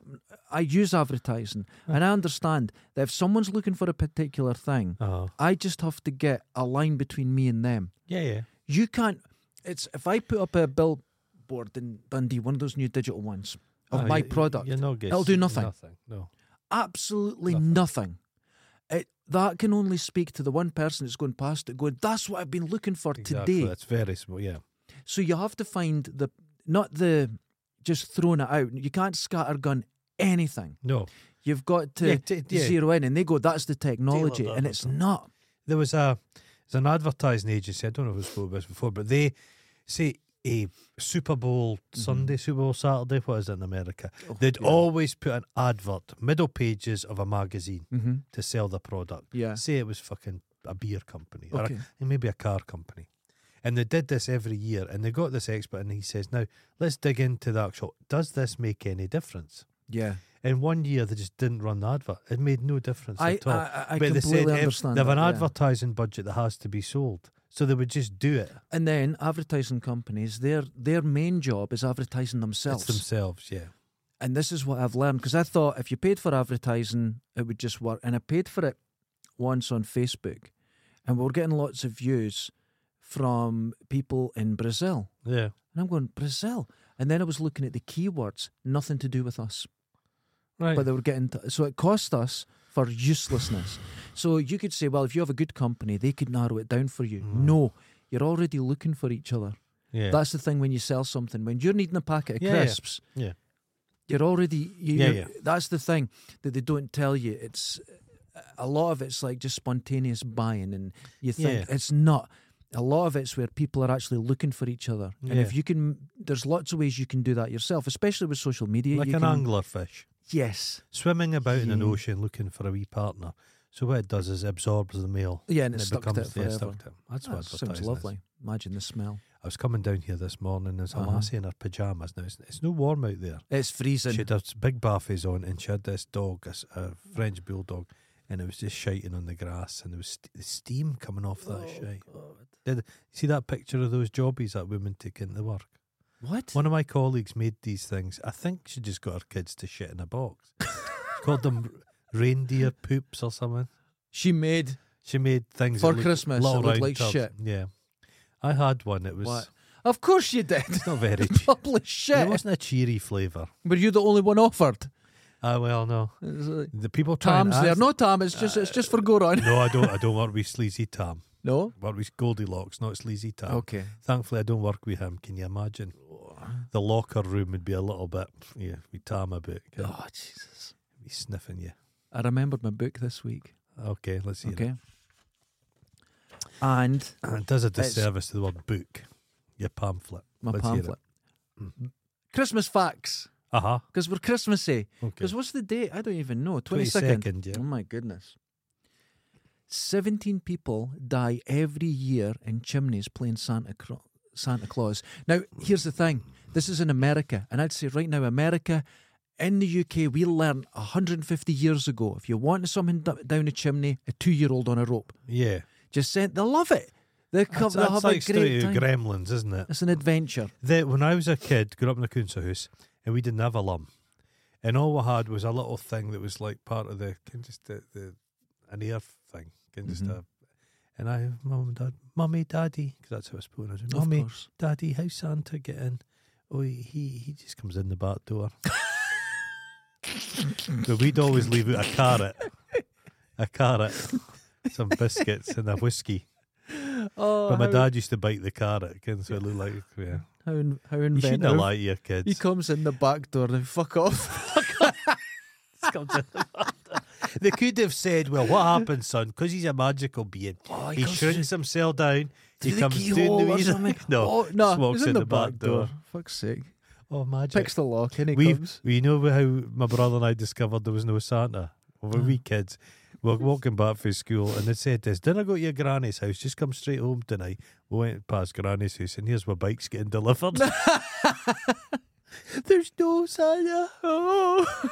A: I use advertising and I understand that if someone's looking for a particular thing,
B: Uh-huh.
A: I just have to get a line between me and them.
B: Yeah. Yeah.
A: You can't. It's if I put up a billboard in Dundee, one of those new digital ones of
B: Oh,
A: my
B: you-
A: product,
B: You're not
A: It'll do
B: guessing
A: nothing.
B: No.
A: absolutely nothing. It, that can only speak to the one person that's going past it, going, "That's what I've been looking for
B: Exactly.
A: today."
B: That's very small. Yeah.
A: So you have to find the not the just throwing it out. You can't scattergun anything.
B: No.
A: You've got to
B: Yeah, t- yeah.
A: zero in, and they go, "That's the technology,"
B: that
A: and
B: up.
A: it's not.
B: there was a there's an advertising agency. I don't know if we spoke about this before, but they say a Super Bowl
A: Mm-hmm.
B: Sunday, Super Bowl Saturday. What is it in America?
A: Oh,
B: They'd always put an advert middle pages of a magazine to sell the product.
A: Mm-hmm. Yeah.
B: say it was fucking a beer company or a-
A: Okay.
B: maybe a car company. And they did this every year, and they got this expert, and he says, "Now let's dig into the actual. Does this make any difference?"
A: Yeah,
B: In one year, they just didn't run the advert. It made no difference
A: I-
B: at all.
A: I- I- I
B: but they said
A: completely
B: if-
A: understand
B: they have
A: that,
B: an
A: yeah.
B: advertising budget that has to be sold, so they would just do it
A: and then advertising companies their their main job is advertising
B: it's
A: themselves.
B: themselves. Yeah,
A: and this is what I've learned because I thought if you paid for advertising, it would just work. And I paid for it once on Facebook, and we were getting lots of views from people in Brazil.
B: yeah.
A: And I'm going, Brazil. And then I was looking at the keywords, nothing to do with us.
B: Right.
A: But they were getting, t- so it cost us for uselessness. so you could say, well, if you have a good company, they could narrow it down for
B: Mm.
A: you. No, you're already looking for each other.
B: yeah.
A: That's the thing when you sell something. When you're needing a packet of
B: Yeah, yeah.
A: crisps,
B: Yeah.
A: you're already. You,
B: Yeah,
A: you're-
B: yeah.
A: That's the thing that they don't tell you. It's a lot of it's like just spontaneous buying, and you think
B: Yeah.
A: it's not. A lot of it's where people are actually looking for each other, and if
B: Yeah.
A: you can, there's lots of ways you can do that yourself, especially with social media.
B: like
A: you
B: an
A: can,
B: anglerfish
A: Yes.
B: swimming about in an
A: Yeah.
B: ocean looking for a wee partner. So what it does is it absorbs the male.
A: Yeah, and it's stuck to
B: becomes
A: it
B: yeah,
A: forever.
B: stuck to it. That's
A: That
B: what
A: sounds
B: advertising is.
A: lovely. Imagine the smell.
B: I was coming down here this morning. There's a
A: Uh-huh.
B: lassie in her pajamas. Now it's, it's no warm out there.
A: It's freezing.
B: She had her big baffies on, and she had this dog, a, s- a French bulldog, and it was just shiting on the grass, and there was st- the steam coming off
A: Oh,
B: that shite. Did see that picture of those jobbies that women take into work?
A: What?
B: One of my colleagues made these things. I think she just got her kids to shit in a box. she called them reindeer poops or something.
A: She made
B: She made things that
A: For
B: looked-
A: Christmas, it
B: little
A: looked
B: round
A: like
B: tubs.
A: shit.
B: Yeah, I had one. It was
A: what? Of course you did. *laughs*
B: it's not very. che-
A: Publish
B: it
A: shit.
B: wasn't a cheery flavour.
A: Were you the only one offered?
B: Ah, well, no.
A: It's like-
B: The people trying
A: Tom's
B: to
A: there.
B: ask-
A: No, Tom. It's just it's just for Goron.
B: *laughs* No, I don't. I don't work with sleazy Tam.
A: No.
B: Work with Goldilocks, not sleazy Tam.
A: Okay.
B: Thankfully, I don't work with him. Can you imagine?
A: Oh.
B: The locker room would be a little bit, yeah, with Tam a bit. He's
A: Oh Jesus!
B: sniffing you.
A: I remembered my book this week.
B: Okay, let's see.
A: Okay. And
B: It does a
A: It's-
B: disservice to the word book, your pamphlet.
A: my
B: Let's hear it. Mm.
A: pamphlet, Christmas facts,
B: Uh huh.
A: because we're Christmassy.
B: Okay.
A: Because what's the date? I don't even know. Twenty
B: 22nd, yeah.
A: Oh my goodness. Seventeen people die every year in chimneys playing Santa Cro- Santa Claus. Now, here's the thing. This is in America, and I'd say right now, America. In the UK, we learned 150 years ago if you want something d- down a chimney, a two-year-old on a rope.
B: Yeah.
A: Just send. They love it. They come.
B: That's,
A: They have
B: that's like
A: a great
B: straight
A: time.
B: out of Gremlins, isn't it?
A: it's an adventure.
B: The, when I was a kid, grew up in a Coonsa house, and we didn't have a lum. And all we had was a little thing that was like part of the kind of just the, the an air thing, kind of just
A: Mm-hmm.
B: a. And I, mum and dad, mummy, daddy, because that's how I spoke. when I was
A: Of
B: mummy,
A: course.
B: daddy, how's Santa getting? Oh, he he just comes in the
A: *laughs*
B: back door. so we'd always leave out a carrot, a carrot, some biscuits, and a whiskey.
A: Oh,
B: But my
A: how-
B: dad used to bite the carrot, and so it looked like, yeah.
A: How, in, how
B: You shouldn't
A: inventive.
B: have lied to your kids.
A: He comes in the back door and fuck *laughs* off.
B: they could have said, "Well, what happened, son? Because he's a magical being.
A: Oh,
B: he shrinks himself down.
A: through
B: He
A: the
B: comes
A: keyhole
B: down
A: or
B: the
A: something.
B: easy. *laughs* No,
A: oh, no,
B: just walks
A: he's in, the,
B: back door.
A: Fuck's sake.
B: Oh, magic!
A: Picks the lock and he
B: We've,
A: comes.
B: we know how my brother and I discovered there was no Santa. We were wee
A: Mm.
B: kids. We were walking back from school and they said this, didn't I go to your granny's house? Just come straight home tonight. We went past granny's house and here's my bike's getting
A: *laughs*
B: delivered. *laughs* There's no Santa.
A: Oh.
B: *laughs*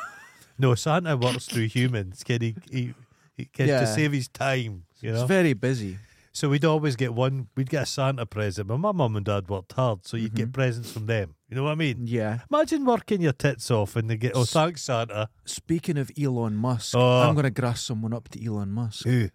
B: No, Santa works through humans. Can he, he, he can
A: Yeah.
B: to save his time, you
A: It's
B: know?
A: very busy.
B: So we'd always get one, we'd get a Santa present. But my mum and dad worked hard, so you'd
A: Mm-hmm.
B: get presents from them. You know what I mean?
A: Yeah.
B: Imagine working your tits off and they get, oh,
A: S-
B: thanks, Santa.
A: Speaking of Elon Musk,
B: Oh.
A: I'm going to grass someone up to Elon Musk.
B: Who?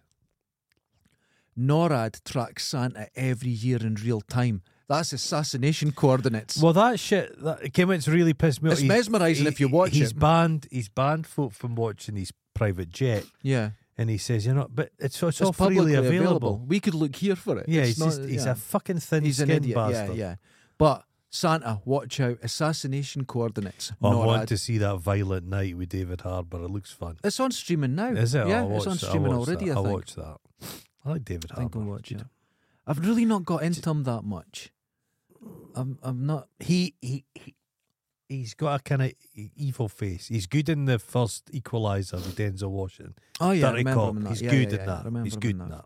A: NORAD tracks Santa every year in real time. That's assassination coordinates.
B: Well, that shit, that, Kim, it's really pissed me off.
A: It's
B: He's-
A: mesmerising
B: he-
A: if you watch
B: he's
A: it.
B: Banned, he's banned folk from watching his private jet,
A: yeah,
B: and he says, you know, but it's, it's,
A: it's
B: all freely
A: publicly
B: available.
A: available. We could look here for it.
B: Yeah,
A: It's
B: he's,
A: not-
B: just, he's
A: yeah.
B: a fucking thin
A: He's an
B: skinned
A: idiot.
B: bastard.
A: Yeah, yeah. But Santa, watch out! Assassination coordinates.
B: Oh, I
A: NORAD.
B: want to see that Violent Night with David Harbour. It looks fun.
A: It's on streaming now.
B: Is it?
A: Oh, Yeah,
B: I'll
A: it's
B: watch
A: on
B: that. I'll
A: streaming
B: watch
A: already.
B: That.
A: I
B: I'll
A: think.
B: watch that. I like David
A: I think
B: Harbour.
A: I'll watch it. I've really not got into him that much. I'm. I'm not.
B: He he. he He's got a kind of evil face. He's good in the first Equalizer with Denzel Washington.
A: Oh yeah, I
B: Dirty
A: remember
B: Cop.
A: him in that.
B: He's
A: Yeah,
B: good
A: yeah,
B: in
A: yeah, I
B: that.
A: remember
B: He's
A: him
B: good
A: in
B: in that.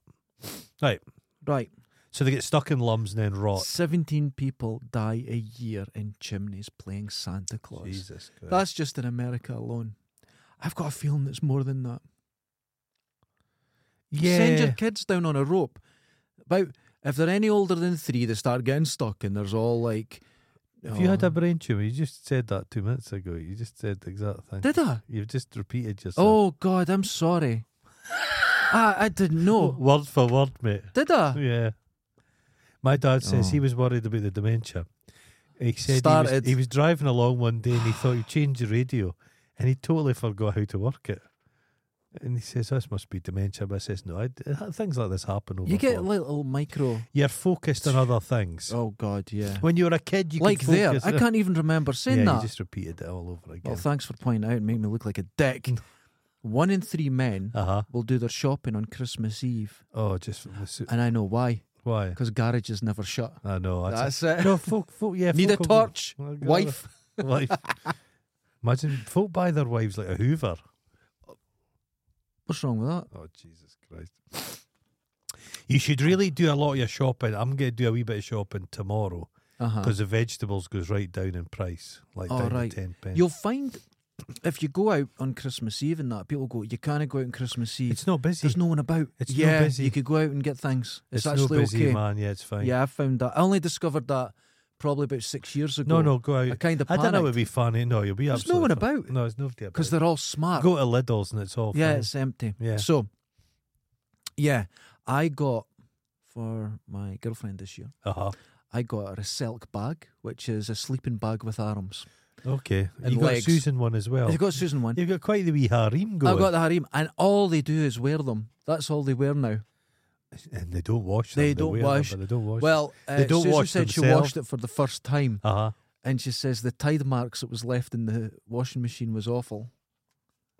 B: Right.
A: Right.
B: So they get stuck in lums and then rot.
A: 17 people die a year in chimneys playing Santa Claus.
B: Jesus Christ.
A: That's just in America alone. I've got a feeling it's more than that.
B: yeah.
A: Send your kids down on a rope. About if they're any older than three, they start getting stuck, and there's all like.
B: if you had
A: oh,
B: a brain tumor, you just said that two minutes ago. You just said the exact thing.
A: Did I?
B: You've just repeated yourself.
A: Oh God, I'm *laughs* sorry. I I didn't know.
B: oh. word for word, mate.
A: Did I?
B: *laughs* Yeah. My dad says
A: Oh.
B: he was worried about the dementia. He said he was,
A: Started.
B: he was driving along one day and he thought he'd change the radio and he totally forgot how to work it. And he says, This must be dementia. But I says, No, I, things like this happen over
A: You get
B: phone.
A: like little micro.
B: You're focused on other things.
A: Oh God, yeah.
B: When you were a kid, you
A: like
B: could
A: there,
B: focus-
A: I *laughs* can't even remember saying
B: yeah,
A: that. Oh,
B: you just repeated it all over
A: Well,
B: again.
A: thanks for pointing out. It made me look like a *laughs* dick. One in three men
B: Uh huh.
A: will do their shopping on Christmas Eve,
B: Oh, just from the su-
A: and I know why.
B: why?
A: Because garages never shut.
B: I know. That's
A: That's it.
B: *laughs* no, folk, folk, yeah,
A: *laughs*
B: Oh,
A: Need a
B: folk will-
A: torch,
B: Well, gotta-
A: wife.
B: wife. Imagine folk buy their wives like a Hoover.
A: What's wrong with that?
B: Oh Jesus Christ! You should really do a lot of your shopping. I'm going to do a wee bit of shopping tomorrow
A: Uh huh.
B: because the vegetables goes right down in price, like
A: Oh,
B: down
A: right.
B: to ten pence.
A: You'll find if you go out on Christmas Eve and that, people go, "You can't go out on Christmas Eve.
B: it's not busy.
A: There's no one about."
B: It's not
A: yeah,
B: busy.
A: you could go out and get things. It's,
B: it's no
A: actually
B: busy,
A: okay.
B: man. Yeah, it's fine.
A: Yeah, I found that. I only discovered that probably about six years ago.
B: No, no, go
A: I
B: out.
A: kind of
B: I don't know. It'd
A: panicked
B: be funny. No, you'll be
A: There's no
B: absolutely.
A: one
B: fine.
A: about.
B: No, it's nobody about.
A: because they're all smart.
B: go to Lidl's and it's all.
A: Yeah,
B: fine.
A: it's empty.
B: Yeah.
A: So, yeah, I got for my girlfriend this year.
B: Uh-huh.
A: I got her a silk bag, which is a sleeping bag with arms.
B: Okay.
A: And
B: you got
A: legs.
B: Susan one as well.
A: I've got Susan one.
B: You've got quite the wee harem going.
A: I've got the harem, and all they do is wear them. That's all they wear now.
B: and they don't wash them.
A: They don't
B: wear them,
A: wash.
B: but they don't wash.
A: Well, uh,
B: Oh, They don't
A: Susan
B: wash
A: said she
B: themselves.
A: washed it for the first time,
B: uh huh.
A: and she says the tide marks that was left in the washing machine was awful.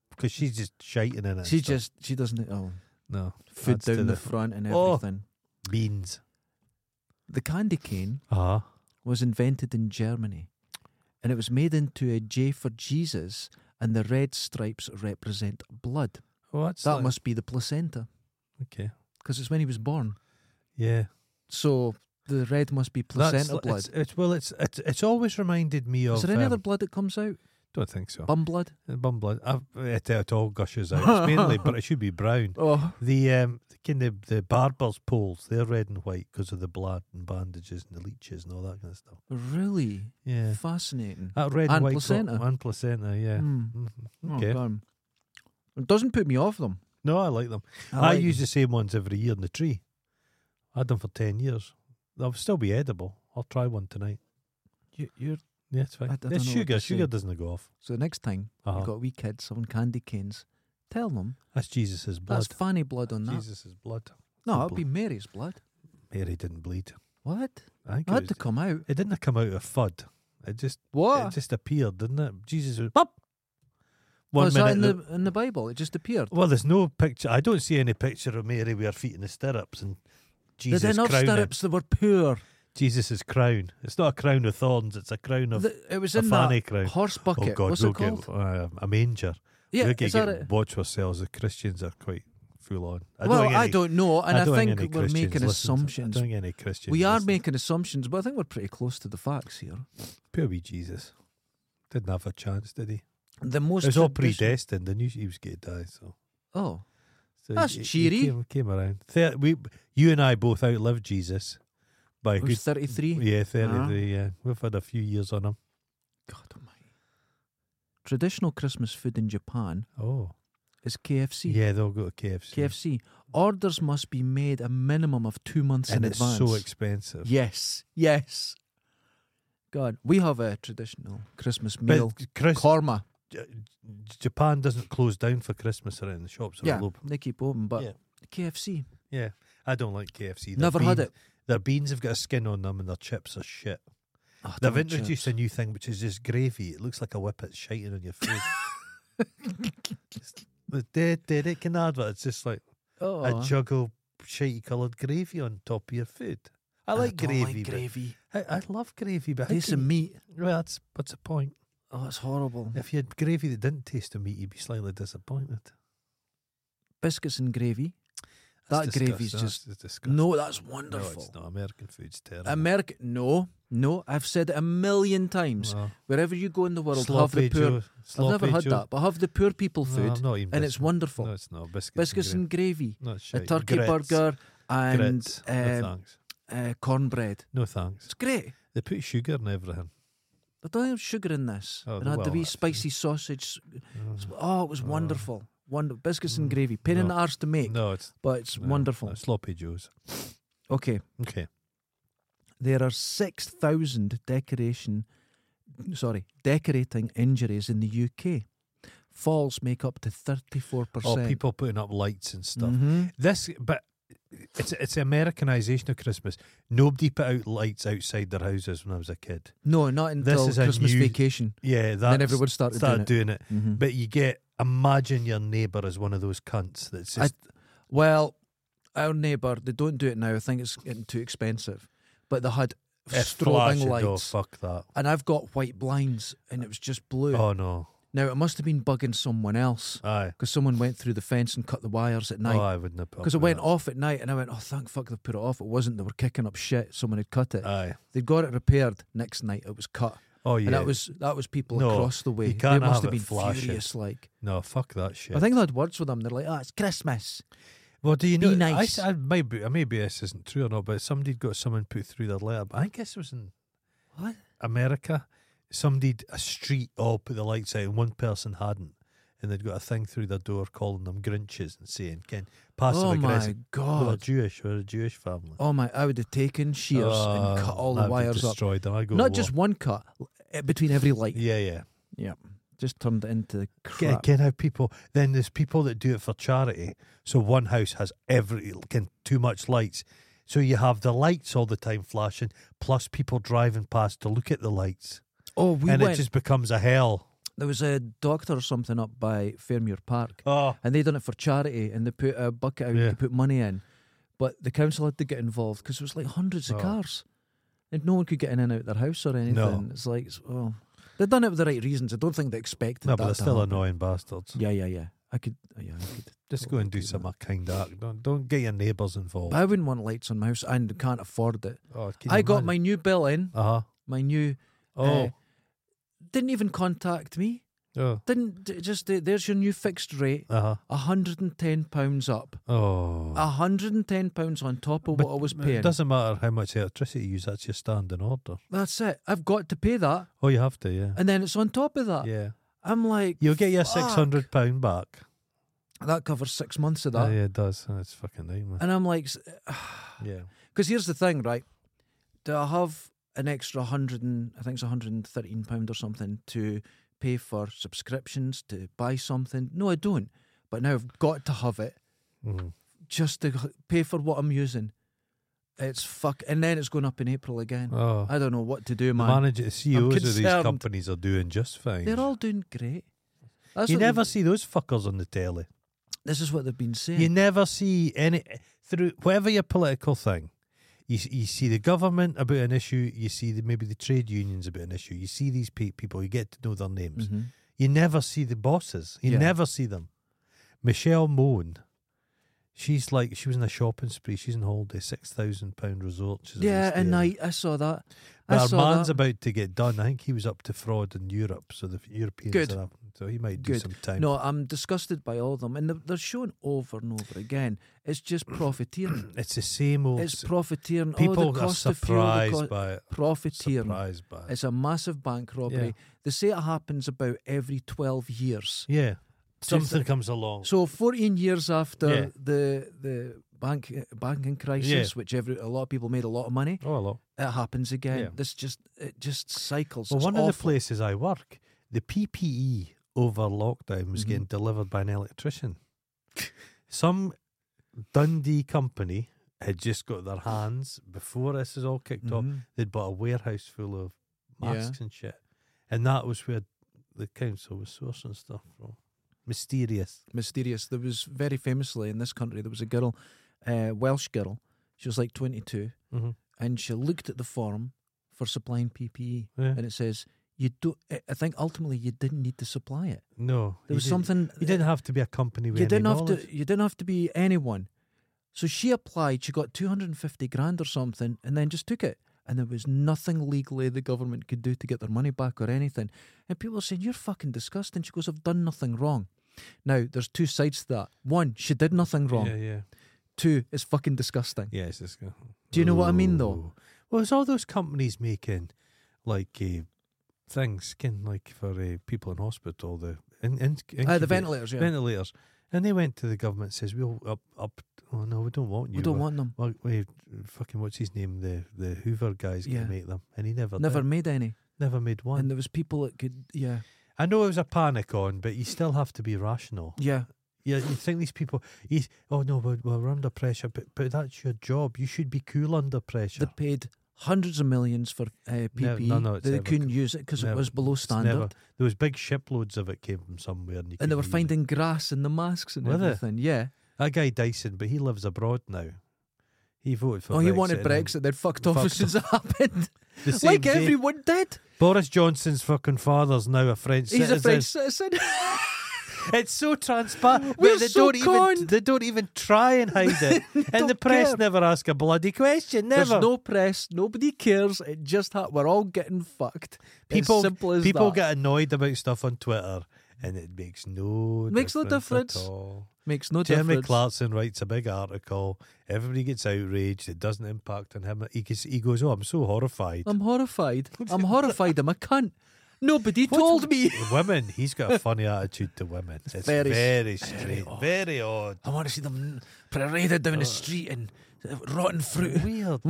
B: Because she's just shiting in it. and
A: she
B: stuff.
A: just she doesn't oh
B: no
A: food
B: Adds to
A: down the,
B: the-
A: front and
B: Oh.
A: everything.
B: beans.
A: The candy cane
B: Uh huh.
A: was invented in Germany, and it was made into a J for Jesus, and the red stripes represent blood.
B: Oh, that's
A: that
B: like-
A: must be the placenta,
B: okay.
A: because it's when he was born.
B: Yeah,
A: So the red must be
B: That's
A: placenta
B: li-
A: blood.
B: It's, it's well, it's, it's it's always reminded me of.
A: Is there any
B: um,
A: other blood that comes out?
B: Don't think so.
A: Bum blood?
B: Bum blood. I've, it, it all gushes out.
A: *laughs*
B: It's mainly, but it should be brown.
A: Oh,
B: The um, the kind of the barbers' poles, they're red and white because of the blood and bandages and the leeches and all that kind of stuff.
A: really?
B: Yeah,
A: Fascinating.
B: that red
A: And
B: and white clo-
A: placenta.
B: and placenta. Yeah.
A: Hmm.
B: Mhm.
A: Oh,
B: Okay.
A: damn. It doesn't put me off them.
B: No, I like them. I,
A: like
B: use
A: them.
B: the same ones every year in the tree. I had them for ten years. They'll still be edible. I'll try one tonight.
A: You, you're,
B: Yeah, it's fine.
A: I- I don't
B: It's
A: know what to
B: sugar. Sugar
A: say.
B: doesn't go off.
A: so the next time
B: Uh-huh.
A: you've got wee kids on candy canes, tell them
B: That's Jesus' blood.
A: that's fanny blood on that.
B: Jesus' blood.
A: No, it'll be Mary's blood.
B: Mary didn't bleed.
A: What?
B: I think
A: I
B: it,
A: had
B: was,
A: to come out.
B: it didn't come out of FUD. It just
A: What?
B: it just appeared, didn't it? Jesus was pop. One
A: was Oh, that
B: minute.
A: in
B: the- Oh,
A: the, in the Bible? It just appeared.
B: well, there's no picture. I don't see any picture of Mary with her feet in the stirrups and Jesus
A: There's enough
B: crowning.
A: stirrups that were poor.
B: Jesus' crown. It's not a crown of thorns. It's a crown of
A: The- it was
B: a
A: in
B: fanny
A: that
B: crown.
A: horse
B: oh
A: bucket.
B: God,
A: What's
B: we'll
A: it called?
B: get uh, a manger.
A: yeah,
B: we'll get,
A: is that
B: get
A: it?
B: watch ourselves. The Christians are quite full on. I
A: well,
B: don't think
A: I
B: any-
A: don't know, and I,
B: don't
A: think,
B: any
A: we're
B: Christians
A: making
B: listen to-
A: assumptions.
B: I don't think any Christians.
A: We are
B: listen.
A: making assumptions, but I think we're pretty close to the facts here.
B: Poor wee Jesus. Didn't have a chance, did he?
A: The most
B: it was all
A: tradition-
B: predestined. I knew he was going to die. So,
A: Oh,
B: so
A: That's
B: he- he
A: cheery.
B: came, came around. Thir- we, you and I both outlived Jesus by a
A: it
B: good.
A: was 33.
B: Yeah,
A: Uh-huh.
B: 33. Yeah, we've had a few years on him.
A: God almighty. Traditional Christmas food in Japan
B: Oh,
A: is KFC.
B: yeah, they'll go to KFC.
A: KFC. Orders must be made a minimum of two months
B: and
A: in
B: it's
A: advance.
B: so expensive.
A: Yes, yes. God, we have a traditional Christmas meal.
B: But Chris,
A: Korma.
B: J- Japan doesn't close down for Christmas or anything. The shops are
A: Yeah,
B: all open.
A: they keep open, but
B: Yeah.
A: KFC.
B: Yeah, I don't like KFC. Their
A: Never had
B: bean-
A: it.
B: Their beans have got a skin on them, and their chips are shit.
A: Oh, I don't
B: They've
A: like
B: introduced
A: chips.
B: a new thing which is just gravy. It looks like a whippet shiting on
A: *laughs*
B: your face. the dead, dead, it can advert. It's just like
A: Oh,
B: a jug of shitey coloured gravy on top of your food. I like
A: don't
B: gravy.
A: Like
B: but-
A: gravy.
B: I, I love gravy, but how
A: Taste of
B: can you-
A: meat.
B: well, that's what's the point.
A: Oh, it's horrible.
B: If you had gravy that didn't taste of meat, you'd be slightly disappointed.
A: Biscuits and gravy.
B: That's
A: That gravy's
B: disgusting.
A: just-
B: That's disgusting.
A: No, that's
B: No,
A: wonderful.
B: it's not. American food's terrible.
A: America. No, no. I've said it a million times.
B: No.
A: Wherever you go in the world,
B: Sloppy
A: have the poor.
B: Joe.
A: I've
B: Sloppy
A: never had
B: Joe.
A: that, but have the poor people
B: No,
A: food,
B: I'm not even
A: and it's
B: biscuit.
A: wonderful.
B: No, it's not. Biscuits,
A: Biscuits
B: and,
A: and gravy,
B: gra- no,
A: a
B: shite.
A: turkey
B: Grits.
A: burger, and
B: Grits. no
A: um,
B: thanks.
A: uh, cornbread.
B: No thanks.
A: It's great.
B: They put sugar in everything.
A: I don't have sugar in this.
B: Oh,
A: and I had the
B: well,
A: wee
B: that's-
A: spicy sausage.
B: Mm.
A: Oh, it was
B: Oh.
A: wonderful. Wonderful. Biscuits and
B: Mm,
A: gravy. Pain in
B: no.
A: the arse to make,
B: No, it's
A: but it's
B: no,
A: wonderful.
B: no, sloppy joes.
A: Okay.
B: Okay.
A: There are 6,000 decoration, sorry, decorating injuries in the UK. Falls make up to 34%.
B: Or Oh, people putting up lights and stuff.
A: Mhm.
B: This, but it's it's Americanization of Christmas. Nobody put out lights outside their houses when I was a kid.
A: No, not until
B: is a
A: Christmas
B: new-
A: vacation.
B: Yeah, that
A: Then everyone started,
B: started
A: doing
B: doing it.
A: it. Mhm.
B: But you get imagine your neighbour is one of those cunts that's
A: I-
B: just
A: Well, our neighbour, they don't do it now. I think it's getting too expensive. But they had
B: eh,
A: strobing
B: flashing. Oh
A: lights.
B: fuck that!
A: And I've got white blinds and it was just blue.
B: Oh no!
A: Now, it must have been bugging someone else
B: Aye.
A: because someone went through the fence and cut the wires at
B: Oh,
A: night.
B: I wouldn't have put up
A: Because it
B: with
A: went
B: that.
A: off at night and I went, oh, thank fuck they put it off. It wasn't. They were kicking up shit. Someone had cut it.
B: Aye.
A: They'd got it repaired. Next night it was cut.
B: Oh yeah.
A: And that was that was people
B: No,
A: across the way.
B: can't
A: they must
B: have
A: have
B: it
A: been
B: flashing.
A: furious. Like
B: no, fuck that shit.
A: I think they had words with them. They're like, oh, it's Christmas.
B: Well, do you
A: Be
B: know?
A: nice.
B: I, I maybe maybe this isn't true or not, but somebody got someone put through their letter. I guess it was in
A: What?
B: America. Somebody d- a street all put the lights out, and one person hadn't, and they'd got a thing through their door calling them Grinches and saying, "Can passive
A: oh my
B: aggressive." We're
A: god.
B: Jewish. We're a Jewish family.
A: Oh my! I would have taken shears
B: Oh,
A: and cut all the wires up.
B: destroyed Them. I go
A: Not
B: "Whoa."
A: just one cut eh, between every light.
B: Yeah, yeah.
A: Just turned it into crap.
B: Get, get how people. Then there's people that do it for charity. So one house has every can too much lights. So you have the lights all the time flashing, plus people driving past to look at the lights,
A: Oh, we
B: and
A: went.
B: it just becomes a hell.
A: There was a doctor or something up by Fairmuir Park,
B: Oh,
A: and they done it for charity, and they put a bucket out
B: Yeah.
A: to put money in, but the council had to get involved because it was like hundreds
B: Oh.
A: of cars, and no one could get in and out their house or anything. It's like, it's- oh, they've done it with the right reasons. I don't think they expected
B: no,
A: that.
B: but they're
A: to
B: still
A: happen.
B: annoying bastards.
A: Yeah, yeah, yeah. I could. Yeah, I could.
B: Just go and do
A: do
B: some kind act. Don't, don't get your neighbours involved.
A: But I wouldn't want lights on my house, and can't afford it.
B: Oh,
A: I got my new bill in.
B: Uh huh.
A: My new
B: Oh,
A: Uh, didn't even contact me.
B: oh,
A: Didn't d- just uh, there's your new fixed rate,
B: uh huh.
A: hundred and ten pounds up,
B: Oh.
A: Ah, hundred and ten pounds on top of
B: But
A: what I was
B: It
A: paying.
B: doesn't matter how much electricity you use. That's your standing order.
A: That's it. I've got to pay that,
B: Oh, you have to, yeah.
A: and then it's on top of that.
B: Yeah.
A: I'm like,
B: You'll get your
A: Ah. fuck.
B: six hundred pound back.
A: That covers six months of
B: Oh,
A: that, Uh,
B: yeah, it does. That's fucking nightmare.
A: and I'm like,
B: Yeah.
A: because here's the thing, right? Do I have an extra hundred and I think it's hundred and thirteen pound or something to pay for subscriptions to buy something? No, I don't. But now I've got to have it.
B: Mm.
A: just to h- pay for what I'm using. It's fuck, and then it's going up in April again.
B: Oh,
A: I don't know what to do,
B: the
A: man.
B: manager, the CEOs of these
A: concerned.
B: companies are doing just fine.
A: They're all doing great. That's
B: you
A: what they-
B: never see those fuckers on the telly.
A: This is what they've been saying.
B: You never see any through whatever your political thing. You, s- you see the government about an issue. You see the, maybe the trade unions about an issue. You see these pe- people. You get to know their names.
A: Mhm.
B: You never see the bosses. You
A: Yeah.
B: never see them. Michelle Moan. She's like she was in a shopping spree. She's on holiday, six thousand pound resort. She's on
A: Yeah,
B: this
A: at
B: day.
A: night I saw that. I
B: But her
A: saw
B: man's
A: that.
B: about to get done. I think he was up to fraud in Europe, so the Europeans
A: Good.
B: are up. So he might do
A: Good.
B: some time.
A: No, I'm disgusted by all of them, and they're, they're shown over and over again. It's
B: *clears throat*
A: just profiteering.
B: it's the same old.
A: it's
B: s-
A: profiteering. oh,
B: people
A: the
B: are
A: cost of fuel, the
B: surprised
A: co-
B: by it.
A: profiteering.
B: Surprised by it.
A: It's a massive bank robbery. They say it happens about every 12 years.
B: Yeah. Something comes along.
A: So 14 years after
B: Yeah.
A: the the bank banking crisis,
B: Yeah.
A: which every a lot of people made a lot of money,
B: oh, hello.
A: it happens again.
B: Yeah.
A: This just it just cycles.
B: Well,
A: It's
B: one of the
A: awful.
B: places I work, the PPE over lockdown was
A: Mhm.
B: getting delivered by an electrician. Some Dundee company had just got their hands before this is all kicked off.
A: Mhm.
B: They'd bought a warehouse full of
A: Yeah.
B: masks and shit, and that was where the council was sourcing stuff from. Mysterious.
A: mysterious. There was very famously in this country there was a girl, uh, Welsh girl. She was like 22,
B: Mhm.
A: and she looked at the form for supplying PPE,
B: Yeah.
A: and it says you do. I I think ultimately you didn't need to supply it.
B: No,
A: There
B: you
A: was
B: didn't-
A: something
B: You didn't have to be a company. With
A: you
B: any
A: didn't have
B: knowledge.
A: to. You didn't have to be anyone. So she applied. She got 250 grand or something, and then just took it. And there was nothing legally the government could do to get their money back or anything. And people are saying, You're fucking disgusting. She goes, I've done nothing wrong. Now, there's two sides to that. One, she did nothing wrong.
B: Yeah, yeah.
A: Two, it's fucking disgusting.
B: Yeah, it's just.
A: Do you know what I mean, though?
B: Ooh. Well, it's all those companies making like uh, things, kin like for uh, people in hospital, the
A: Ah,
B: in, in,
A: the
B: incubate-
A: ventilators, yeah.
B: ventilators, and they went to the government and says we'll up up. Oh no, we don't want you.
A: we don't want them.
B: Well, we, fucking what's his name? The the Hoover guy's
A: Yeah.
B: gonna make them, and he never
A: Never
B: did.
A: made any.
B: never made one.
A: And there was people that could, yeah,
B: I know it was a panic on, but you still have to be rational.
A: yeah.
B: Yeah, you think these people? You, oh no, we're, we're under pressure, but but that's your job. You should be cool under pressure.
A: They paid hundreds of millions for uh, PPE.
B: no, no, it's
A: they
B: never
A: couldn't use it because it
B: never-
A: was below
B: It's never-
A: standard.
B: there was big shiploads of it came from somewhere, and, you
A: and they
B: couldn't
A: were
B: use it.
A: finding grass in the masks and
B: Were they?
A: everything. Yeah.
B: that guy Dyson, but he lives abroad now. He voted for.
A: oh,
B: Brexit
A: he wanted
B: and then
A: Brexit. They'd fucked off as
B: Fucked
A: soon as it *laughs* happened.
B: The same
A: like
B: day,
A: everyone did.
B: Boris Johnson's fucking father's now a French
A: He's
B: citizen.
A: a French citizen.
B: It's so transparent. but
A: We're
B: they
A: so
B: don't even
A: conned.
B: they don't even try and hide
A: *laughs*
B: it, and the
A: Don't
B: press
A: care.
B: never ask a bloody question. Never.
A: There's no press. Nobody cares. It just ha- we're all getting fucked.
B: people
A: it's simple as
B: people
A: that.
B: get annoyed about stuff on Twitter, and it makes no
A: Makes no
B: difference.
A: difference.
B: At all.
A: makes no
B: Jeremy
A: difference.
B: Clarkson writes a big article. Everybody gets outraged. It doesn't impact on him. He goes, he goes "Oh, I'm so horrified."
A: I'm horrified. I'm horrified. I'm a cunt. Nobody
B: What-
A: told me.
B: women. He's
A: *laughs*
B: got a funny attitude to women. It's very,
A: very-
B: strange,
A: *laughs*
B: very odd,
A: I want to see them paraded down the street and uh, rotten fruit. *laughs*
B: weird.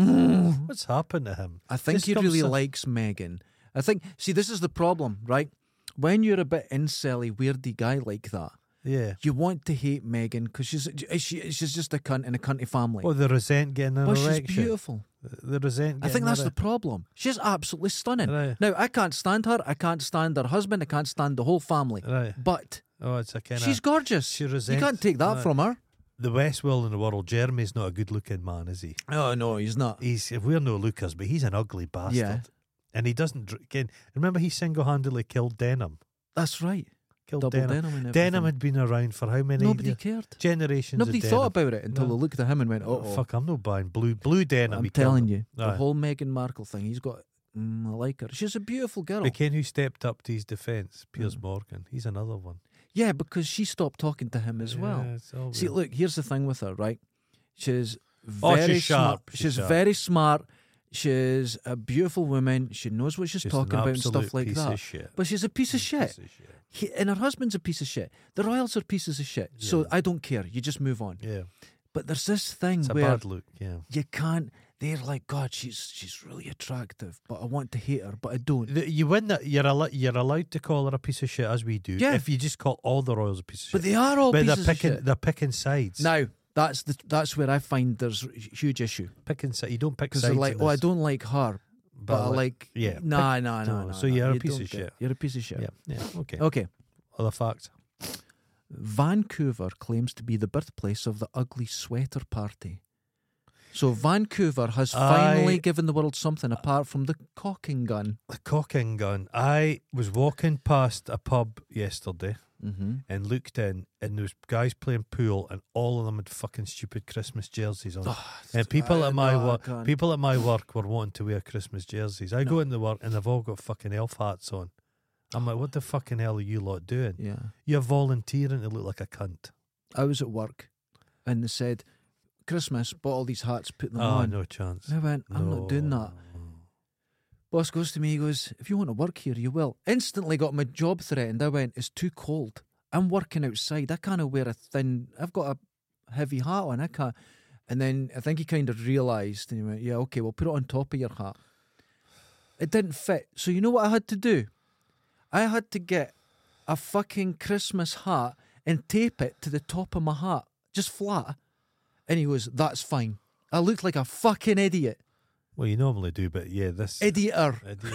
B: What's happened to him?
A: I think
B: Just
A: he
B: comes
A: really
B: some-
A: likes Megan. I think. See, this is the problem, right? When you're a bit incelly, weirdy guy like that,
B: Yeah.
A: you want to hate Megan because she's she, she's just a cunt in a cunty family.
B: Well, the resent getting an
A: but she's
B: erection.
A: beautiful.
B: The resent.
A: I think that's the problem. She's absolutely stunning.
B: Right.
A: Now I can't stand her. I can't stand her husband. I can't stand the whole family.
B: right.
A: But
B: Oh, it's a kind
A: she's
B: of
A: gorgeous.
B: she
A: you
B: resents-
A: can't take that
B: Right.
A: from her.
B: the West world in the world. Jeremy's not a good-looking man, is he?
A: Oh no, he's not.
B: He's we're no lookers, but he's an ugly bastard.
A: Yeah.
B: And he doesn't dr- again. Remember, he single-handedly killed Denham.
A: That's right.
B: Killed
A: Double
B: Denham.
A: denim, and
B: Denham
A: everything.
B: had been around for how many
A: Nobody
B: years?
A: cared.
B: generations?
A: Nobody
B: of
A: thought
B: Denham.
A: about it until
B: No.
A: they looked at him and went, "Oh,
B: Oh, fuck! I'm not buying blue blue denim.
A: I'm
B: he killed
A: telling
B: him.
A: you, the
B: Aye.
A: whole Meghan Markle thing. He's got. Mm, I like her. She's a beautiful girl.
B: But ken who stepped up to his defence? Piers
A: Mm.
B: Morgan. He's another one
A: yeah, because she stopped talking to him as well.
B: Yeah, it's all
A: See,
B: weird.
A: look, here's the thing with her, right? She's
B: Oh,
A: very
B: she's
A: smart.
B: sharp.
A: She's,
B: She's sharp.
A: very smart. She's a beautiful woman. She knows what she's,
B: She's an
A: talking about and
B: absolute
A: stuff like
B: piece
A: that.
B: Of shit.
A: But she's a piece of shit.
B: Piece of shit.
A: He, and her husband's a piece of shit. The royals are pieces of shit. So I don't care. You just move on.
B: Yeah,
A: But there's this thing
B: it's a
A: where
B: bad look. Yeah.
A: you can't. They're like, God, she's she's really attractive, but I want to hate her, but I don't.
B: The- You win that. You're al- you're allowed to call her a piece of shit as we do.
A: Yeah.
B: If you just call all the royals a piece of shit.
A: But they are all
B: But they're
A: pieces
B: picking
A: of shit.
B: they're picking sides.
A: Now That's the that's where I find there's a huge issue
B: Picking si- you don't pick
A: because
B: sides.
A: they're like,
B: in
A: oh, I
B: this,
A: don't like her, but, I like
B: yeah.
A: Nah, nah, nah,
B: no,
A: nah.
B: so
A: nah,
B: you're a
A: you
B: piece
A: don't
B: of
A: get-
B: shit.
A: You're a piece of shit.
B: Yeah, yeah,
A: *laughs*
B: okay.
A: Okay.
B: Other facts.
A: Vancouver claims to be the birthplace of the ugly sweater party. So Vancouver has
B: I-
A: finally given the world something apart from the cocking gun.
B: The cocking gun. I was walking past a pub yesterday
A: Mm-hmm.
B: and looked in, and there was guys playing pool, and all of them had fucking stupid Christmas jerseys on. and people at my work, people at my work were wanting to wear Christmas jerseys. I go into work and they've all got fucking elf hats on. I'm
A: *sighs*
B: like, what the fucking hell are you lot doing?
A: Yeah,
B: You're volunteering to look like a cunt.
A: I was at work, and they said, "Christmas, bought all these hats, put them
B: Oh,
A: on."
B: no chance.
A: And I went, "I'm not doing
B: No.
A: that." Boss goes to me, he goes, If you want to work here, you will. Instantly got my job threatened. I went, It's too cold. I'm working outside. I can't wear a thin, I've got a heavy hat on. I can't. And then I think he kind of realised and he went, Yeah, okay, well, put it on top of your hat. It didn't fit. So you know what I had to do? I had to get a fucking Christmas hat and tape it to the top of my hat, just flat. And he goes, That's fine. I looked like a fucking idiot.
B: Well, you normally do, but yeah, this. *laughs*
A: Idioter.
B: Idiot.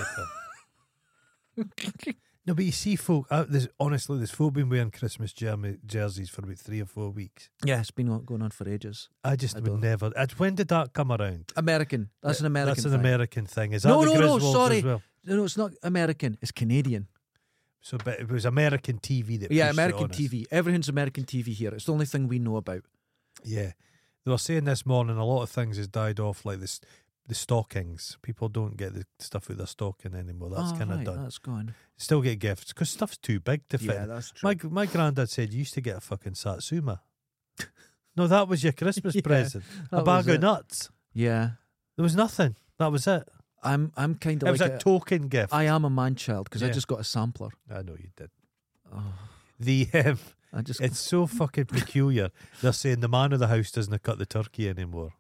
B: no, but you see, folk. Out there's, honestly, there's folk been wearing Christmas jerme- jerseys for about three or four weeks.
A: Yeah, it's been on- going on for ages.
B: I just
A: I
B: would
A: don't-
B: never. uh, When did that come around?
A: American. That's an American.
B: That's an
A: thing.
B: American thing. Is that
A: No,
B: the
A: no, no,
B: Griswolds
A: sorry.
B: As well?
A: No, no, it's not American. It's Canadian.
B: So, but it was American TV that.
A: yeah,
B: pushed it
A: American
B: on us.
A: TV. Everything's American TV here. It's the only thing we know about.
B: Yeah, they were saying this morning a lot of things has died off, like this. The stockings. People don't get the stuff with their stocking anymore. That's
A: Oh,
B: kind of
A: right,
B: done.
A: That's gone.
B: Still get gifts because stuff's too big to fit. in.
A: Yeah, that's true.
B: My my granddad said you used to get a fucking satsuma. no, that was your
A: *laughs*
B: Christmas
A: Yeah,
B: present. A
A: that
B: bag
A: was
B: of
A: it.
B: nuts.
A: yeah,
B: There was nothing. That was it.
A: I'm. I'm kind
B: It
A: of
B: was
A: like.
B: a
A: A,
B: token gift.
A: I am a man child because I
B: Yeah.
A: just got a sampler.
B: I know you did.
A: Oh,
B: The um,
A: I just.
B: it's so fucking peculiar. They're saying the man of the house doesn't cut the turkey anymore.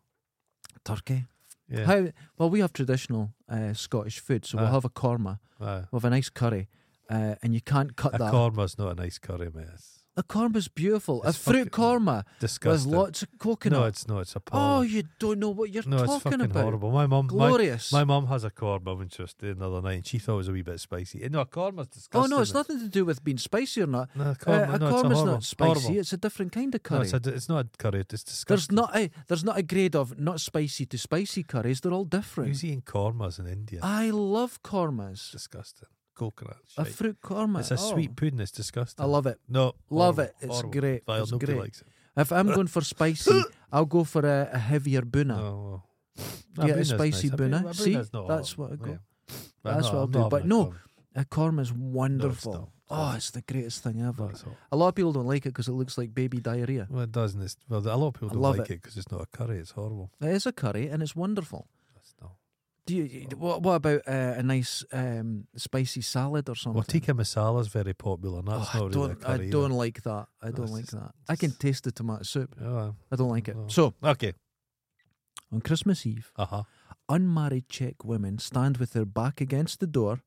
A: turkey.
B: Yeah.
A: How? Well, we have traditional uh, Scottish food, so we'll
B: Ah.
A: have a korma.
B: Aye.
A: We'll have a nice curry. Uh, and you can't cut
B: a
A: that.
B: korma's not a nice curry, mate. It's
A: a korma's beautiful.
B: It's
A: a fruit
B: fucking
A: korma with
B: disgusting.
A: lots of coconut.
B: no, it's not. It's a
A: oh,
B: porridge.
A: you don't know what you're
B: no, it's
A: talking
B: fucking
A: about.
B: horrible. My mum, my,
A: Glorious.
B: my mum has a korma when she was there the other night, and she thought it was a wee bit spicy. No, a korma's
A: Oh
B: disgusting.
A: no, it's nothing to do with being spicy or not.
B: No, a
A: Uh,
B: korma,
A: a
B: no, it's
A: korma's
B: a horrible-
A: not spicy.
B: horrible.
A: It's a different kind of curry.
B: No, it's, a, it's not a curry. It's disgusting.
A: there's not a there's not a grade of not spicy to spicy curries. They're all different.
B: Who's eating kormas in India?
A: I love
B: It's
A: kormas.
B: disgusting. Coconut.
A: A
B: shite.
A: fruit korma.
B: it's a
A: Oh,
B: sweet pudding. It's disgusting.
A: I love it.
B: No,
A: love
B: horrible,
A: it. It's
B: horrible.
A: great,
B: Vile,
A: it's
B: nobody
A: great.
B: likes it.
A: If I'm going for
B: *laughs*
A: spicy, I'll go for a, a heavier
B: No.
A: buna.
B: Oh, well.
A: Get a
B: Abuna's
A: spicy
B: nice. Abu-
A: buna.
B: Abuna's
A: See?
B: not
A: That's
B: horrible.
A: what I
B: Yeah.
A: go-
B: But
A: that's
B: no,
A: what I'll
B: I'm
A: do.
B: not
A: But
B: having
A: no,
B: a korma.
A: A korma's wonderful.
B: not.
A: Oh, it's the greatest thing
B: No,
A: ever.
B: it's horrible.
A: A lot of people don't like it because it looks like baby diarrhea.
B: Well, it doesn't. It's, well, a lot of people
A: I
B: don't
A: love
B: like
A: it.
B: it because it's not a curry. It's horrible.
A: It is a curry and it's wonderful.
B: That's not.
A: Do you, you- what, what about uh, a nice um, spicy salad or something?
B: Well, tikka masala is very popular. and That's
A: Oh, I
B: not really a
A: don't,
B: curry.
A: I
B: either.
A: don't like that. I
B: No,
A: don't
B: it's
A: like
B: just-
A: that. I can taste the tomato soup.
B: Oh, well.
A: I don't like it.
B: No.
A: So
B: okay.
A: on Christmas Eve,
B: Uh huh.
A: unmarried Czech women stand with their back against the door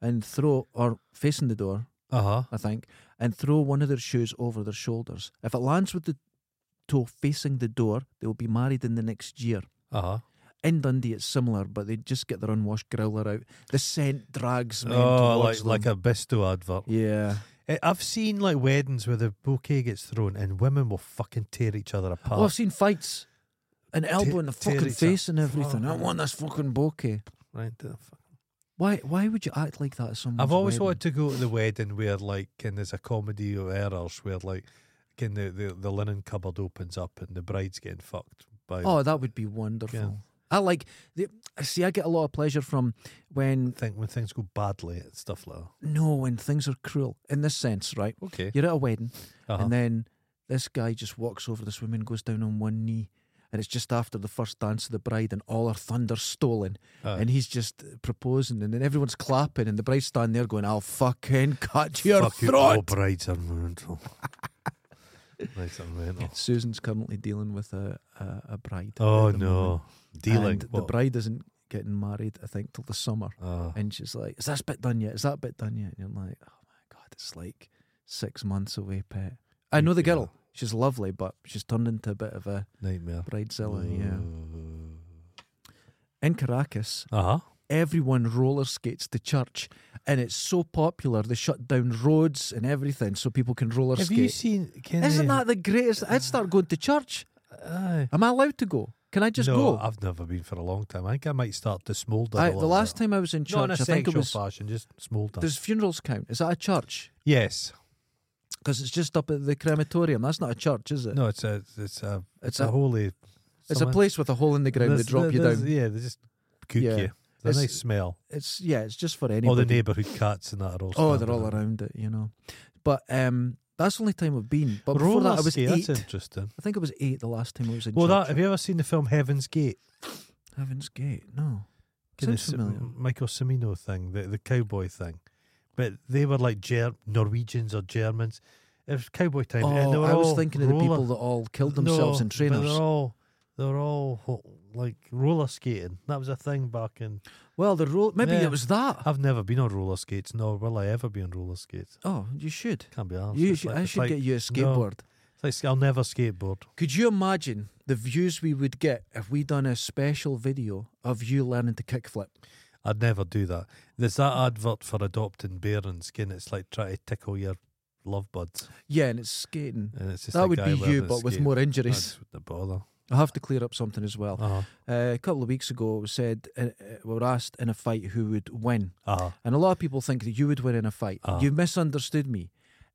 A: and throw, or facing the door,
B: Uh huh.
A: I think, and throw one of their shoes over their shoulders. If it lands with the toe facing the door, they will be married in the next year.
B: Uh huh.
A: In Dundee, it's similar, but they just get their unwashed growler out. The scent drags men
B: Oh, like,
A: towards
B: like
A: them.
B: a Bisto advert.
A: yeah.
B: I- I've seen like weddings where the bouquet gets thrown and women will fucking tear each other apart.
A: Oh, I've seen fights. An elbow in the
B: tear
A: fucking
B: each other.
A: face and everything. I
B: Fuck.
A: want this fucking bokeh.
B: Right, the fuck.
A: Why? Why would you act like that? At someone's
B: I've always
A: wedding?
B: wanted to go to the wedding where like can there's a comedy or errors where like can the, the, the linen cupboard opens up and the bride's getting fucked by
A: Oh, that would be wonderful.
B: Yeah.
A: I like. The, see, I get a lot of pleasure from when
B: think when things go badly and stuff like that.
A: no, when things are cruel. In this sense, right?
B: Okay.
A: You're at a wedding,
B: Uh-huh.
A: and then this guy just walks over this woman, goes down on one knee, and it's just after the first dance of the bride, and all her thunder's stolen,
B: Aye.
A: and he's just proposing, and then everyone's clapping, and the bride's standing there going, "I'll fucking cut your
B: Fuck you, Oh,
A: throat."
B: all brides are mental. *laughs* brides are mental.
A: Susan's currently dealing with a a, a bride. at
B: Oh
A: the
B: no.
A: moment.
B: Dealing
A: And the
B: what?
A: bride isn't getting married, I think, till the summer.
B: Ah.
A: And she's like, "Is that bit done yet? Is that bit done yet?" And you're like, "Oh my god, it's like six months away, pet." I know the
B: Creepy,
A: girl.
B: huh?
A: She's lovely, but she's turned into a bit of a
B: Nightmare.
A: bridezilla.
B: Mm.
A: Yeah. In Caracas,
B: Uh huh.
A: everyone roller skates to church, and it's so popular they shut down roads and everything so people can roller
B: Have
A: skate.
B: you seen? Can
A: Isn't that the greatest? I'd start going to church. Am I allowed to go? Can I just
B: no,
A: go?
B: I've never been for a long time. I think I might start to smoulder.
A: I,
B: a
A: the
B: little
A: last
B: bit.
A: time I was in
B: not
A: church,
B: in
A: I
B: a
A: think it
B: sexual
A: was.
B: fashion, just smoulder.
A: Does funerals count? Is that a church?
B: Yes.
A: Because it's just up at the crematorium. That's not a church, is it?
B: No, it's a it's a
A: it's
B: it's a,
A: a
B: holy.
A: it's a
B: something.
A: place with a hole in the ground. They
B: There's-
A: drop you
B: there's-
A: down.
B: Yeah, they just cook
A: Yeah.
B: you. It's a
A: It's-
B: nice smell.
A: It's yeah, it's just for
B: All the
A: anybody.
B: neighbourhood cats and that are all.
A: oh,
B: standing
A: they're all
B: up.
A: around it, you know. But um, that's the only time I've been. But before
B: Roller
A: that, I was
B: skate,
A: eight.
B: That's interesting.
A: I think I was eight the last time I was in
B: Well,
A: church.
B: that have you ever seen the film Heaven's Gate?
A: Heaven's Gate. No,
B: Kind of
A: sounds familiar.
B: S- Michael Cimino thing, the, the cowboy thing, but they were like Ger- Norwegians or Germans. It was cowboy time. and they
A: Oh,
B: were
A: I was
B: all
A: thinking of the people
B: roller-
A: that all killed themselves
B: No,
A: in
B: but
A: trainers.
B: They're all they're all ho- like roller skating. That was a thing back in.
A: Well, the roll. Maybe
B: Yeah.
A: it was that.
B: I've never been on roller skates, nor will I ever be on roller skates.
A: Oh, you should.
B: Can't be honest.
A: You should I should get you a skateboard.
B: Like, I'll never skateboard.
A: Could you imagine the views we would get if we done a special video of you learning to kickflip?
B: I'd never do that. There's that advert for adopting bear and skin. It's like try to tickle your love buds,
A: Yeah, and it's skating.
B: and it's just a
A: That would
B: guy
A: be you,
B: wearing a
A: but with
B: skate.
A: more
B: That
A: injuries.
B: wouldn't bother.
A: I have to clear up something as well.
B: Uh-huh.
A: Uh, a couple of weeks ago, it was said uh, uh, we were asked in a fight who would win,
B: Uh-huh.
A: and a lot of people think that you would win in a fight.
B: Ah.
A: You misunderstood me.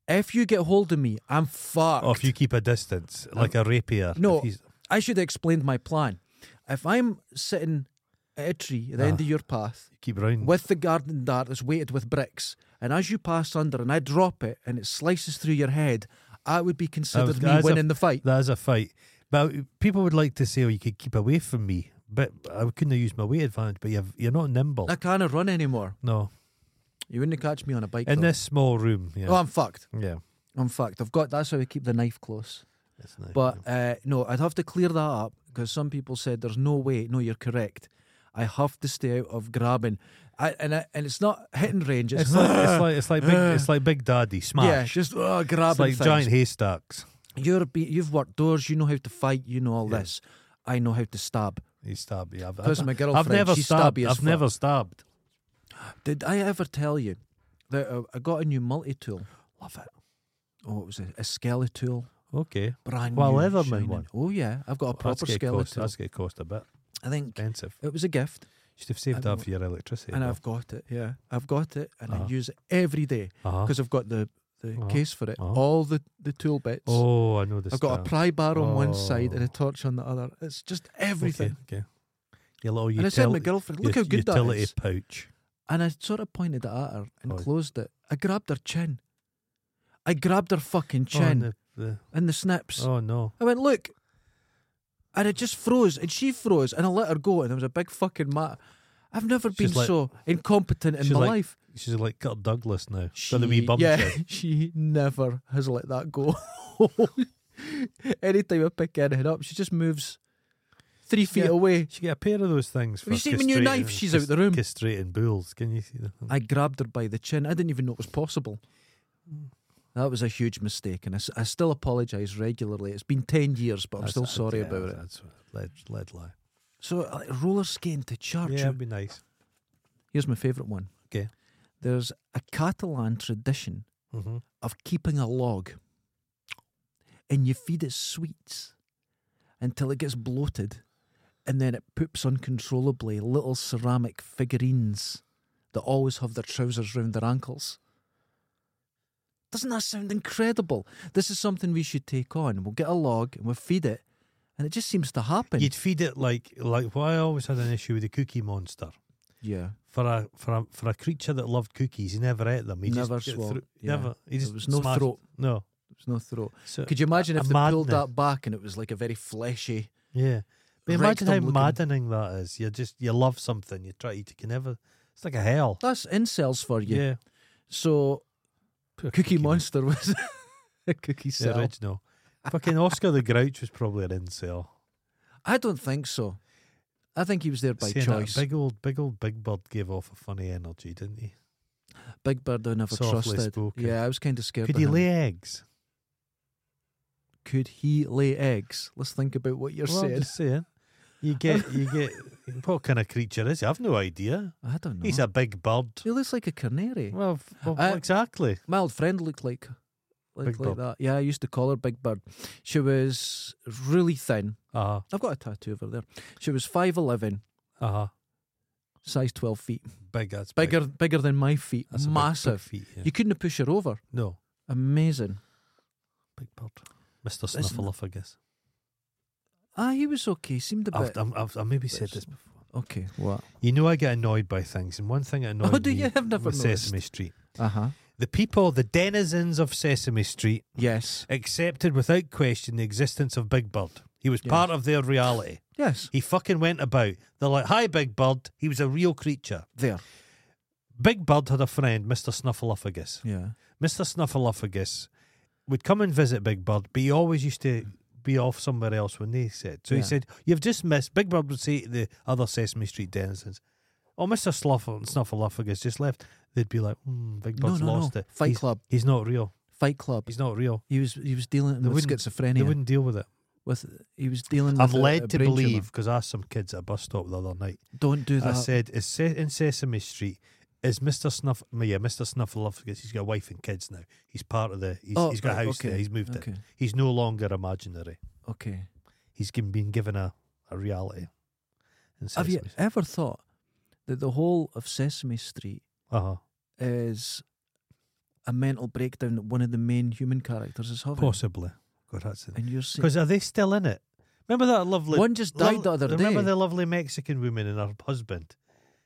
A: If you get hold of me, I'm fucked.
B: Or Oh, if you keep a distance, like a rapier. if
A: No.
B: he's-
A: I should have explained my plan. If I'm sitting at a tree at the end
B: Ah.
A: of your path
B: keep round.
A: with the garden dart that's weighted with bricks, and as you pass under and I drop it and it slices through your head, I would be considered
B: was-
A: me
B: as a-
A: winning the fight.
B: That is a fight. But people would like to say, "Oh, you could keep away from me," but I couldn't have used my weight advantage. But you've, you're not nimble.
A: I can't run anymore.
B: No,
A: You wouldn't catch me on a bike.
B: in
A: though.
B: this small room. Yeah,
A: Oh, I'm fucked.
B: yeah.
A: I'm fucked. I've got. That's how I keep the knife close.
B: It's nice.
A: But uh, no, I'd have to clear that up because some people said there's no way. No, you're correct. I have to stay out of grabbing. I, and I, and it's not hitting range. It's,
B: it's like
A: *laughs*
B: it's like it's like big it's like Big Daddy
A: yeah,
B: smash.
A: just uh,
B: it's
A: grabbing
B: like
A: things.
B: giant haystacks.
A: You're be, you've worked doors. You know how to fight. You know all
B: Yeah.
A: this. I know how to stab.
B: He stabbed. Yeah, I've,
A: Because
B: I've-
A: my
B: I've
A: girlfriend,
B: never
A: she's
B: stabbed.
A: stabby as
B: I've
A: fuck.
B: never stabbed.
A: Did I ever tell you that uh, I got a new multi tool?
B: Love it.
A: Oh, it was a, a skelly tool,
B: Okay,
A: brand
B: Well,
A: new.
B: Leatherman
A: shining.
B: one.
A: Oh yeah, I've got a
B: that's
A: proper
B: gonna
A: skelly
B: cost.
A: tool.
B: That's gonna cost a bit.
A: I think
B: Expensive.
A: it was a gift.
B: Should have saved
A: I
B: that for your electricity.
A: and I've got it. Yeah, I've got it, and
B: Uh-huh.
A: I use it every day
B: uh
A: because I've got the, the
B: Uh-huh.
A: case for it.
B: Uh-huh.
A: All the the tool bits.
B: oh, I know this.
A: I've got a
B: style.
A: pry bar on one side and
B: Oh.
A: a torch on the other. It's just everything.
B: Okay. okay. Your little
A: And I said to my
B: utility,
A: girlfriend, "Look
B: ut-
A: how good that
B: utility
A: is."
B: pouch.
A: And I sort of pointed it at her and
B: Oh.
A: closed it. I grabbed her chin. I grabbed her fucking
B: Oh, and
A: chin
B: the- the-
A: and the snips.
B: oh no.
A: I went, "Look," and it just froze, and she froze, and I let her go, and there was a big fucking mat. I've never
B: She's
A: been
B: like-
A: so incompetent in
B: she's
A: my
B: like
A: life.
B: She's like Kirk Douglas now. Got the wee bum
A: yeah,
B: chin.
A: *laughs* she never has let that go. *laughs* Anytime I pick anything up, she just moves three feet
B: Yeah.
A: away.
B: She get a pair of those things.
A: Have you
B: for
A: seen my new knife?
B: castrating-
A: She's out the room.
B: Castrating bulls. Can you see that?
A: I grabbed her by the chin. I didn't even know it was possible. That was a huge mistake, and I, s- I still apologise regularly. It's been 10 years, but I'm
B: That's-
A: still
B: that's-
A: sorry
B: yeah,
A: about it.
B: That's lead, lead lie.
A: So, like, roller skating to church.
B: Yeah, it'd be nice.
A: Here's my favourite one.
B: Okay.
A: There's a Catalan tradition
B: Mm-hmm.
A: of keeping a log and you feed it sweets until it gets bloated and then it poops uncontrollably little ceramic figurines that always have their trousers round their ankles. Doesn't that sound incredible? This is something we should take on. We'll get a log and we'll feed it, and it just seems to happen.
B: You'd feed it like like. Well, I always had an issue with the Cookie Monster.
A: yeah,
B: For a for a for a creature that loved cookies, he never ate them. He
A: Never
B: just get
A: swallowed,
B: through-
A: yeah.
B: Never. He just
A: was no
B: smashed-
A: throat.
B: No.
A: there's no throat.
B: So
A: Could you imagine
B: Uh, a
A: if they pulled
B: madness.
A: that back and it was like a very fleshy?
B: Yeah. But imagine how
A: rectum looking-
B: maddening that is. You just you love something, you try to you can never it's like a hell.
A: That's incels for you.
B: Yeah.
A: So,
B: Poor
A: Cookie
B: Mon- *laughs*
A: Monster was a cookie
B: the
A: cell.
B: original. Fucking Oscar the Grouch was probably an incel.
A: I don't think so. I think he was there by
B: Saying that,
A: choice. Big,
B: Big old big old Big Bird gave off a funny energy, didn't he?
A: Bird I never
B: Softly eh?
A: trusted.
B: spoken.
A: Yeah, I was kind of scared.
B: Could
A: of
B: he
A: him.
B: lay eggs?
A: Could he lay eggs? Let's think about what *laughs* you're
B: Well, I'm
A: saying.
B: just saying. You
A: *laughs*
B: get, you get. What kind of creature is he? I've no idea.
A: I don't know.
B: He's a big bird.
A: he looks like a canary.
B: Well, f- well,
A: Uh, *laughs*
B: exactly.
A: My old friend looked like like,
B: Big
A: like
B: Bird.
A: that. Yeah, I used to call her Big Bird. She was really thin.
B: Uh
A: I've got a tattoo of her there. She was five eleven,
B: huh. Uh huh.
A: size twelve feet.
B: Big. That's big.
A: Bigger bigger than my feet.
B: That's a big- big
A: Massive.
B: feet, yeah.
A: You couldn't push her over.
B: no,
A: Amazing.
B: big bird. Mister
A: Isn't it?
B: Snuffleupagus.
A: Ah, he was okay. Seemed a
B: I've,
A: bit
B: I'm- I've, I maybe said
A: Bit
B: this before.
A: okay. What?
B: You know, I get annoyed by things, and one thing that
A: *laughs*
B: annoyed
A: Oh, do
B: me
A: you? I've never
B: with Sesame
A: noticed.
B: Street.
A: Uh huh.
B: The people, the denizens of Sesame Street,
A: Yes.
B: accepted without question the existence of Big Bird. He was
A: Yes.
B: part of their reality.
A: Yes.
B: He fucking went about. They're like, "Hi, Big Bird." He was a real creature.
A: There.
B: Big Bird had a friend, Mister Snuffleupagus.
A: Yeah.
B: Mr. Snuffleupagus would come and visit Big Bird, but he always used to be off somewhere else when they said. So he
A: Yeah.
B: said, You've just missed. Big Bird would say to the other Sesame Street denizens, Oh, Mr. Sluff- Snuffleupagus just left. They'd be like, mm, Big
A: No,
B: Bird's
A: no, no.
B: lost it.
A: Fight
B: he's,
A: Club.
B: He's not real.
A: Fight Club.
B: He's not real.
A: He was he was dealing
B: They
A: with
B: wouldn't- They
A: schizophrenia.
B: wouldn't deal with it.
A: With he was dealing.
B: I've
A: with a-
B: led
A: a
B: to
A: brain tumour.
B: believe, because I asked some kids at a bus stop the other night,
A: Don't do
B: I
A: that.
B: said, is Se- in Sesame Street, is Mr. Snuff, yeah, Mr. Snuffleupagus, he's got a wife and kids now. He's part of the, he's,
A: Oh,
B: he's got a
A: right,
B: house
A: okay,
B: there, he's moved in.
A: okay.
B: He's no longer imaginary.
A: Okay.
B: He's gi- been given a, a reality. In
A: Have you
B: Sesame Street.
A: ever thought that the whole of Sesame Street
B: Uh-huh.
A: is a mental breakdown that one of the main human characters is having?
B: Possibly. God, that's
A: And you're saying
B: Because are they still in it? Remember that lovely.
A: one just died the
B: lo-
A: other
B: Remember
A: day.
B: the lovely Mexican woman and her husband?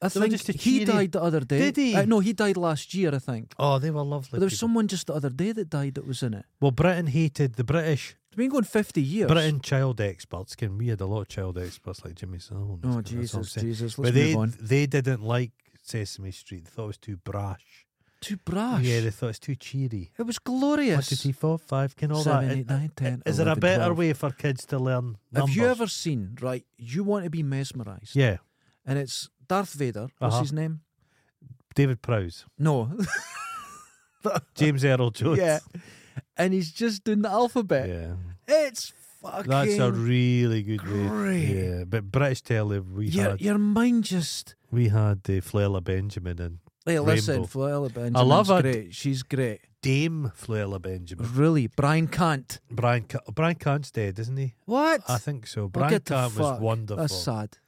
A: I
B: they were
A: think
B: just a
A: he
B: cheery-
A: died the other day.
B: Did he?
A: Uh, no, he died last year, I think.
B: Oh, they were lovely.
A: But there was
B: people.
A: someone just the other day that died that was in it.
B: well, Britain hated the British.
A: It's been going fifty years.
B: Britain child experts. Can we had a lot of child experts like Jimmy Savile.
A: Oh
B: That's what I'm
A: Jesus,
B: saying.
A: Jesus! Let's
B: But they
A: move on.
B: they didn't like Sesame Street. They thought it was too brash.
A: Too brash.
B: Yeah, they thought it was too cheery.
A: it was
B: One,
A: glorious.
B: two, three, four, five. Can all
A: Seven,
B: that?
A: eight, nine,
B: I-
A: ten,
B: Is there a
A: 11,
B: better
A: 12.
B: way for kids to learn
A: Have
B: numbers?
A: you ever seen right? You want to be mesmerised,
B: Yeah,
A: and it's Darth Vader. What's
B: Uh-huh.
A: his name?
B: David Prowse,
A: No, *laughs*
B: James Earl Jones.
A: Uh,
B: *laughs*
A: yeah, and he's just doing the alphabet.
B: yeah.
A: It's fucking.
B: That's a really good
A: great.
B: way. Yeah, but British telly we
A: your,
B: had
A: your mind just.
B: we had uh, Fluella Benjamin and
A: Hey, listen,
B: Rainbow.
A: Flella Benjamin's
B: I love her.
A: great. She's great.
B: Dame Fluella Benjamin.
A: Really, Brian Cant.
B: Brian Ca- Brian Cant's dead, isn't he?
A: What?
B: I think so.
A: Well,
B: Brian
A: get the
B: Cant
A: fuck.
B: was wonderful.
A: That's sad.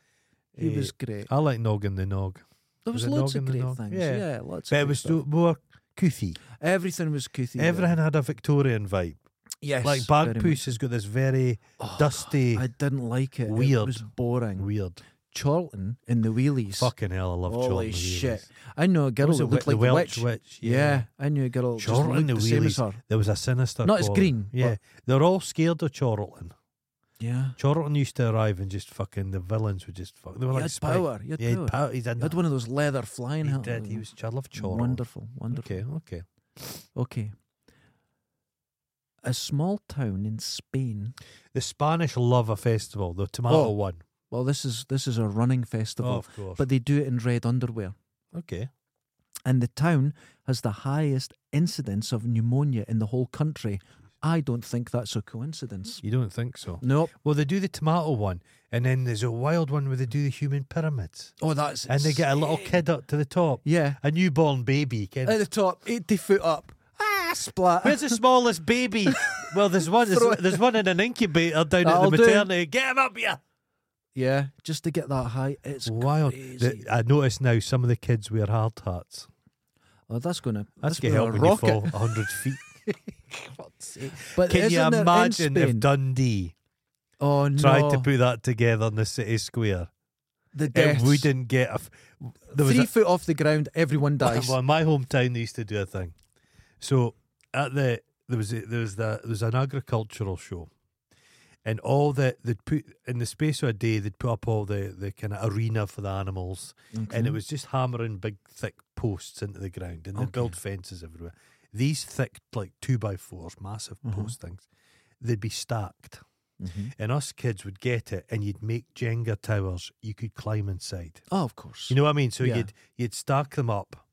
A: He
B: Eh,
A: was great.
B: I like Noggin the Nog.
A: There
B: was
A: was
B: it
A: loads
B: Noggin
A: of
B: the
A: great
B: Nog?
A: things.
B: Yeah.
A: Yeah, lots.
B: But
A: of
B: it
A: great
B: was
A: stuff.
B: too- more couthy.
A: Everything was cuthy. there.
B: Everything had a Victorian vibe.
A: Yes.
B: like
A: very
B: Bagpoose has got this very
A: much. Oh,
B: dusty,
A: I didn't like it. It
B: weird-
A: was boring.
B: weird.
A: Charlton in the wheelies.
B: Fucking hell, I love
A: Holy
B: Charlton.
A: shit. I knew a girl
B: was
A: that
B: it,
A: looked
B: Wel-
A: like
B: the
A: the
B: Welsh
A: witch.
B: witch,
A: Yeah.
B: yeah.
A: I knew a girl that just
B: Charlton
A: looked
B: the
A: the, same as her.
B: Wheelies. There was a sinister.
A: No, it's
B: quality.
A: green,
B: Yeah,
A: but-
B: they're all scared of Charlton.
A: Yeah.
B: Charlton used to arrive and just fucking the villains would just fuck. They were
A: You
B: like
A: had
B: spy-
A: power. You had
B: Yeah, he
A: power.
B: had power. He's a
A: You had one of those leather flying
B: he
A: helmets.
B: did. He was. I love Charlton.
A: wonderful, wonderful.
B: Okay, okay.
A: okay. A small town in Spain.
B: The Spanish Lava Festival, the tomato
A: Oh,
B: one.
A: Well, this is this is a running festival,
B: Oh, of course.
A: but they do it in red underwear.
B: okay.
A: and the town has the highest incidence of pneumonia in the whole country. I don't think that's a coincidence.
B: You don't think so?
A: Nope.
B: Well, they do the tomato one, and then there's a wild one where they do the human pyramids,
A: Oh, that's
B: and they get a little
A: insane.
B: kid up to the top,
A: Yeah, Uh,
B: a newborn baby. Ken.
A: *laughs* at the top, eighty foot up. Ah, splat.
B: Where's the
A: *laughs*
B: smallest baby? well, there's one.
A: Throw
B: There's,
A: it.
B: there's one in an incubator down
A: That'll
B: at the
A: do.
B: maternity. Get him up here.
A: yeah, just to get that high, it's
B: Wild.
A: crazy.
B: The- I notice now some of the kids wear hard hats.
A: oh, that's gonna
B: That's
A: gonna
B: going to help when you
A: rocket. *laughs*
B: fall 100 feet.
A: But
B: Can you
A: isn't it in
B: imagine if
A: Spain?
B: Dundee
A: oh no,
B: tried to put that together in the city square?
A: the deaths.
B: It wouldn't get a. f- There was
A: three
B: a,
A: foot off the ground,
B: *laughs*
A: everyone dies.
B: well, in my hometown, they used to do a thing. So at the there was a, there was the, there was an agricultural show, and all the they'd put in the space of a day they'd put up all the the kind of arena for the animals, and it was just hammering big thick posts into the ground, and they
A: Okay.
B: would build fences everywhere. These thick like two by fours, massive post things, they'd be stacked.
A: Mhm.
B: And us kids would get it, and you'd make Jenga towers you could climb inside.
A: Oh, of course.
B: You know what I mean? So
A: Yeah.
B: you'd you'd stack them up,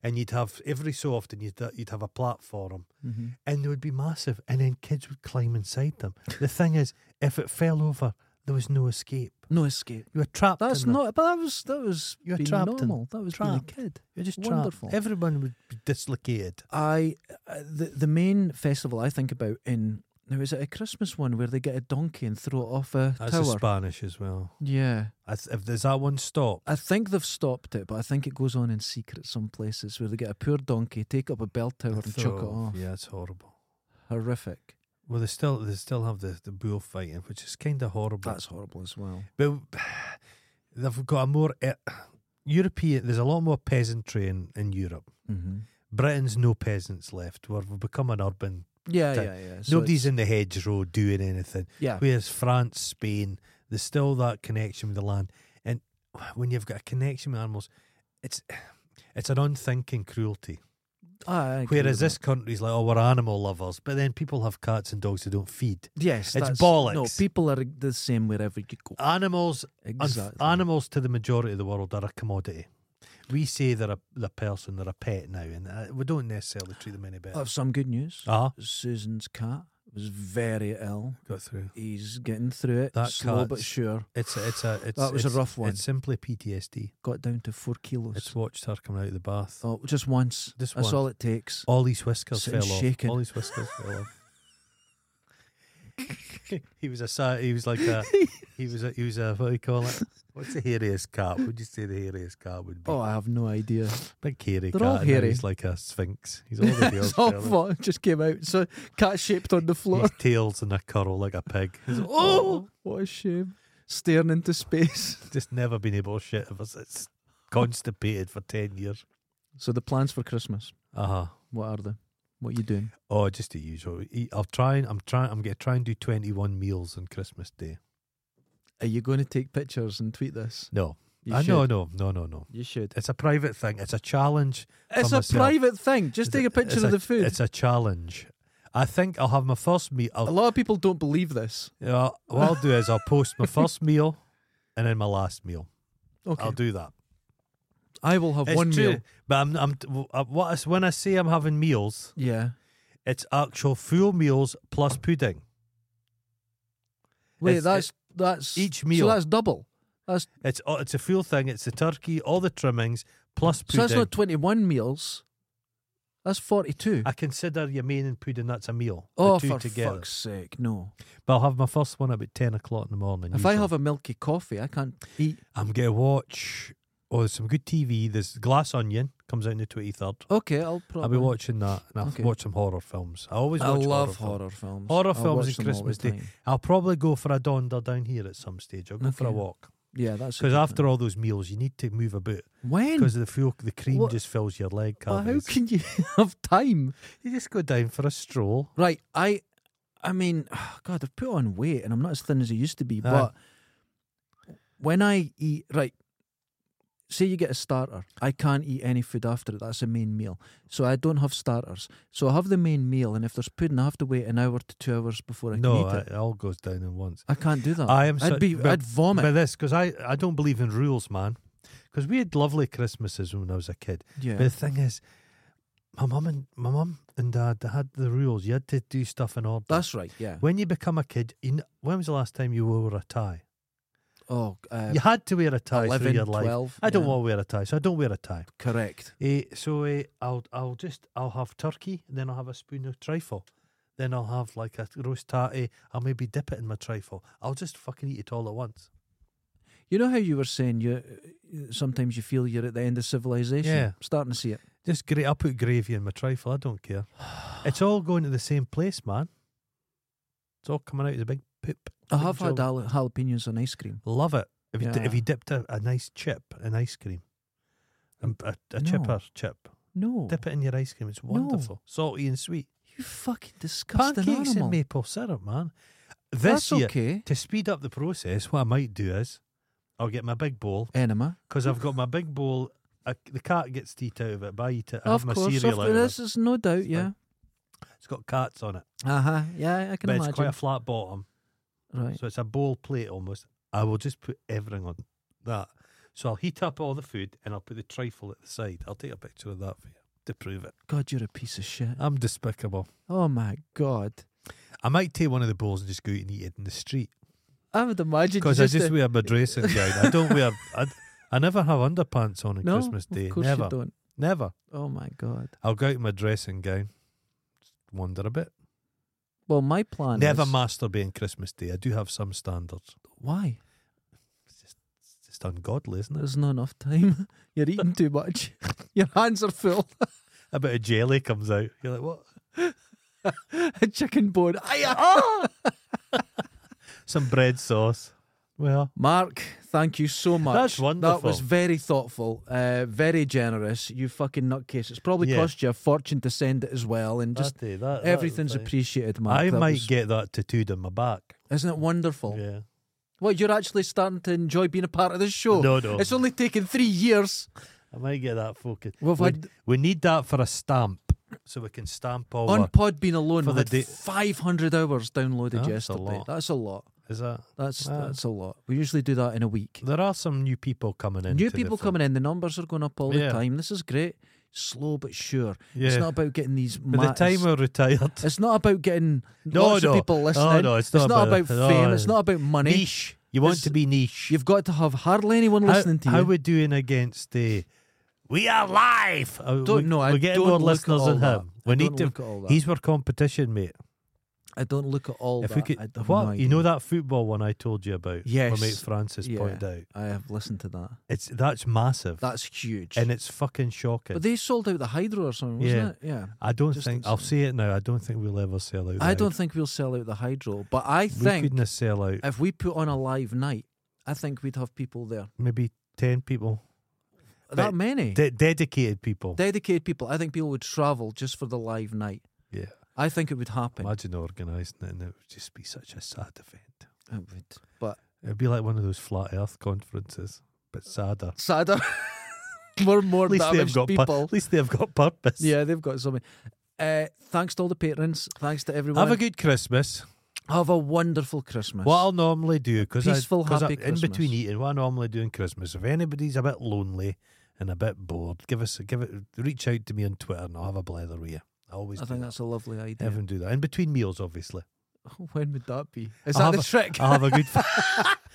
B: and you'd have every so often you'd uh, you'd have a platform,
A: Mhm.
B: and they would be massive, and then kids would climb inside them. the thing is, if it fell over, there was no escape.
A: No escape.
B: You were trapped.
A: That's
B: in there.
A: not. But that was that was
B: You're
A: being
B: trapped in-
A: normal. That was
B: trapped.
A: being a kid.
B: You're just
A: Wonderful.
B: trapped. Everyone would be dislocated.
A: I uh, the the main festival I think about in now is it a Christmas one where they get a donkey and throw it off a
B: That's
A: tower?
B: a Spanish as well.
A: yeah,
B: I th- if there's that one stop,
A: I think they've stopped it, but I think it goes on in secret some places where they get a poor donkey, take up a bell tower, and chuck it off.
B: Yeah, it's horrible.
A: Horrific.
B: Well, they still they still have the the bull fighting, which is kind of horrible.
A: That's horrible as well.
B: But *sighs* they've got a more eh, European. There's a lot more peasantry in in Europe.
A: Mm-hmm.
B: Britain's no peasants left. We're- We've become an urban.
A: Yeah,
B: Ta-
A: yeah, yeah. So
B: Nobody's
A: it's-
B: in the hedgerow doing anything.
A: Yeah,
B: Whereas France, Spain, there's still that connection with the land. And when you've got a connection with animals, it's *sighs* it's an unthinking cruelty.
A: I agree
B: Whereas
A: with that.
B: this country's like, oh, we're animal lovers, but then people have cats and dogs who don't feed.
A: Yes,
B: It's
A: that's- No,
B: bollocks.
A: people are the same wherever you go.
B: Animals, unf-
A: Exactly.
B: animals to the majority of the world are a commodity. We say they're a, they're a person, they're a pet now, and uh, we don't necessarily treat them any
A: I
B: better.
A: have some good news.
B: Ah,
A: Susan's cat was very ill.
B: got through.
A: He's getting through it,
B: That
A: slow but
B: cat's-
A: sure.
B: It's a, it's a it's,
A: That was a
B: it's-
A: rough one.
B: It's simply PTSD.
A: Got down to four kilos.
B: It's watched her coming out of the bath.
A: oh, just once.
B: Just
A: That's
B: once.
A: all it
B: *laughs*
A: takes.
B: All these whiskers
A: Sitting
B: fell off.
A: shaking.
B: All these whiskers fell off. *laughs* he was a sa- he was like a he was a he was a what do you call it? What's the hairiest cat? Would you say the hairiest cat would
A: *laughs*
B: be?
A: Oh, I have no idea.
B: big hairy
A: they're
B: cat.
A: all
B: and now
A: hairy.
B: He's like a sphinx. He's
A: *laughs*
B: all the hairs
A: It's all
B: curling.
A: fun. It just came out. So cat shaped on the floor.
B: *laughs*
A: *laughs*
B: His tail's in a curl like a pig. He's like, oh,
A: Oh, what a shame. Staring into space. *laughs*
B: just never been able to shit ever since. Constipated for ten years.
A: So the plans for Christmas.
B: Uh huh.
A: What are they? What are you doing?
B: Oh, just the usual. Eat- I'll try and I'm trying. I'm gonna try and do 21 meals on Christmas Day.
A: Are you going to take pictures and tweet this?
B: No,
A: You
B: I
A: should.
B: no no no no no.
A: You should.
B: It's a private thing. It's a challenge. for
A: It's a
B: myself.
A: private thing. Just
B: It's
A: take a picture
B: it's
A: of the food.
B: It's a challenge. I think I'll have my first meal.
A: a
B: I'll,
A: lot of people don't believe this.
B: you know, what I'll do is I'll post
A: *laughs*
B: my first meal and then my last meal.
A: Okay.
B: I'll do that.
A: I will have
B: It's
A: one
B: true,
A: meal.
B: But I'm, I'm uh, what I s- when I say I'm having meals,
A: Yeah.
B: it's actual full meals plus pudding.
A: Wait,
B: It's-
A: that's that's
B: each
A: So
B: meal.
A: that's double. That's
B: It's uh, it's a full thing. It's the turkey, all the trimmings plus
A: so
B: pudding.
A: that's not twenty one meals. That's forty two.
B: I consider your main and pudding that's a meal. the
A: Oh,
B: two
A: for
B: together.
A: fuck's sake, no!
B: But I'll have my first one about ten o'clock in the morning.
A: If I have a milky coffee, I can't eat.
B: I'm gonna watch. Oh, there's some good TV. There's Glass Onion comes out on the twenty third.
A: Okay, I'll probably.
B: I'll be watching that, and I'll
A: Okay.
B: watch some horror films. I always
A: I
B: watch
A: love
B: horror.
A: horror
B: films.
A: films.
B: Horror
A: I'll watch
B: films and
A: them all the
B: Christmas Day.
A: time.
B: I'll probably go for a donder down here at some stage. I'll go for a
A: Okay.
B: walk
A: Yeah, that's a
B: because
A: good
B: after
A: one.
B: all those meals, you need to move about
A: when?
B: because the fuel, the cream
A: What-
B: just fills your leg
A: Well, how
B: cavities.
A: can you *laughs* have time?
B: You just go down for a stroll.
A: Right, I, I mean, *sighs* God, I've put on weight and I'm not as thin as I used to be.
B: Aye.
A: But when I eat, right, say you get a starter, I can't eat any food after it. That's a main meal, so I don't have starters. So I have the main meal, and if there's pudding, I have to wait an hour to two hours before I can
B: no,
A: eat
B: I,
A: it.
B: it all goes down in once.
A: I can't do that.
B: I am.
A: I'd
B: so-
A: be,
B: but-
A: I'd vomit.
B: by this because I, I don't believe in rules, man. Because we had lovely Christmases when I was a kid. But
A: yeah,
B: the thing is, my mum and my mum and dad they had the rules. You had to do stuff in order.
A: that's right. Yeah.
B: when you become a kid. You kn- when was the last time you wore a tie?
A: Oh, uh,
B: you had to wear a tie through
A: 11,
B: your life.
A: 12,
B: I don't
A: yeah.
B: want to wear a tie, so I don't wear a tie.
A: correct.
B: Eh, so eh, I'll I'll just I'll have turkey, then I'll have a spoon of trifle, then I'll have like a roast tatty. I'll maybe dip it in my trifle. I'll just fucking eat it all at once.
A: You know how you were saying you sometimes you feel you're at the end of civilization.
B: Yeah.
A: starting to see it.
B: Just great. I'll put gravy in my trifle. I
A: *sighs*
B: don't care. It's all going to the same place, man. It's all coming out of the big poop.
A: I have had
B: Job.
A: jal- jalapenos on ice cream.
B: Love it. If you, d-
A: Yeah.
B: if you dipped a, a nice chip in ice cream, a, a, a
A: Mm. No.
B: chipper chip,
A: No,
B: dip it in your ice cream. It's wonderful, salty and sweet.
A: you fucking disgusting
B: Pancakes
A: animal.
B: and maple syrup, man. This
A: That's
B: year,
A: okay.
B: to speed up the process, what I might do is I'll get my big bowl
A: Enema.
B: because I've got my big bowl. I, the cat gets to eat out of it, but I eat it. I
A: Of
B: have my
A: course, of
B: cereal out
A: course.
B: of it.
A: This is no doubt. Yeah.
B: It's got cats on it,
A: Uh huh. Yeah, I can
B: but
A: imagine.
B: it's quite a flat bottom,
A: right.
B: so it's a bowl plate almost. I will just put everything on that. So I'll heat up all the food and I'll put the trifle at the side. I'll take a picture of that for you to prove it.
A: God, you're a piece of shit.
B: I'm despicable.
A: Oh my god.
B: I might take one of the bowls and just go out and eat it in the street
A: I would imagine
B: because I
A: just uh,
B: just
A: a-
B: wear my dressing gown. I don't wear. *laughs* I, I never have underpants on on
A: no,
B: Christmas Day.
A: Of course
B: Never,
A: you don't.
B: never.
A: Oh my god.
B: I'll go out in my dressing gown, just wander a bit.
A: Well, my plan.
B: Never
A: is,
B: masturbate on Christmas Day. I do have some standards.
A: Why?
B: It's just ungodly, isn't it?
A: There's not enough time. *laughs* You're eating too much. *laughs* Your hands are full. *laughs*
B: A bit of jelly comes out. You're like, what?
A: a chicken bone. Aye, ah!
B: Some bread sauce. Well,
A: Mark, thank you so much. That
B: wonderful.
A: was very thoughtful, uh, very generous. You fucking nutcase. It's probably
B: Yeah.
A: cost you a fortune to send it as well, and just
B: Daddy, that- that
A: everything's
B: thing.
A: appreciated, Mark.
B: I
A: That
B: might
A: was- Oh.
B: get that tattooed on my back.
A: Isn't it wonderful?
B: Yeah.
A: Well, you're actually starting to enjoy being a part of this show.
B: No, no.
A: It's only taken three years.
B: I might get that focus.
A: We've
B: we,
A: had-
B: we need that for a stamp, so we can stamp all.
A: On
B: our-
A: Podbean alone,
B: oh, uh, for
A: we
B: the
A: had
B: day-
A: 500 hours downloaded
B: That's a
A: yesterday.
B: lot.
A: That's a lot.
B: is that
A: That's
B: Ah.
A: that's a lot. We usually do that in a week.
B: there are some new people coming in?
A: New people coming in. The numbers are going up all
B: Yeah.
A: the time. This is great. Slow but sure.
B: Yeah.
A: It's not about getting these.
B: By the
A: matters.
B: time
A: *laughs*
B: we're retired,
A: It's not about getting
B: No,
A: lots
B: no.
A: of people
B: No,
A: listening.
B: no, it's not about-
A: about,
B: no,
A: fame.
B: no.
A: It's not about money.
B: niche. You want
A: It's-
B: to be niche.
A: You've got to have hardly anyone
B: how,
A: listening to you.
B: How we doing against the? We are live. Uh,
A: Don't
B: we,
A: know, I
B: We're getting
A: don't
B: more
A: look at
B: listeners than him.
A: all that.
B: We
A: I
B: need
A: don't
B: to.
A: look at all that.
B: He's our competition, mate.
A: I don't look at all
B: if
A: that.
B: we could,
A: I have
B: what
A: no
B: you know
A: idea.
B: that football one I told you about? my
A: Yes.
B: mate Francis
A: Yeah.
B: pointed out.
A: I have listened to that.
B: It's that's massive,
A: That's huge.
B: and it's fucking shocking.
A: but they sold out the Hydro or something, wasn't
B: Yeah.
A: it? Yeah.
B: I don't
A: Just
B: think I'll say it now. I don't think we'll ever sell out.
A: I
B: the
A: don't
B: Hydro.
A: think we'll sell out the Hydro, but I
B: we
A: think
B: couldn't sell out.
A: if we put on a live night, I think we'd have people there.
B: Maybe ten people,
A: that many
B: De- dedicated people.
A: dedicated people. I think people would travel just for the live night.
B: yeah,
A: I think it would happen.
B: imagine organising it, and it would just be such a sad event.
A: It would, but
B: It'd be like one of those flat Earth conferences, but sadder.
A: sadder, *laughs* more more
B: At least they've
A: damaged
B: got. Pur-
A: people.
B: at least they've got purpose.
A: yeah, they've got something. Uh, thanks to all the patrons. Thanks to everyone.
B: Have a good Christmas.
A: Have a wonderful Christmas.
B: What I'll normally do, because I,
A: peaceful,
B: 'cause I-
A: happy
B: in between
A: Christmas.
B: eating, what I normally do in Christmas, if anybody's a bit lonely and a bit bored, give us, give it, reach out to me on Twitter, and I'll have a blather with you. I always
A: I
B: do
A: think
B: that.
A: that's a lovely idea.
B: Have him do that in between meals, obviously.
A: *laughs* When would that be? Is
B: I'll
A: that the
B: have
A: trick?
B: I'll have a good, f-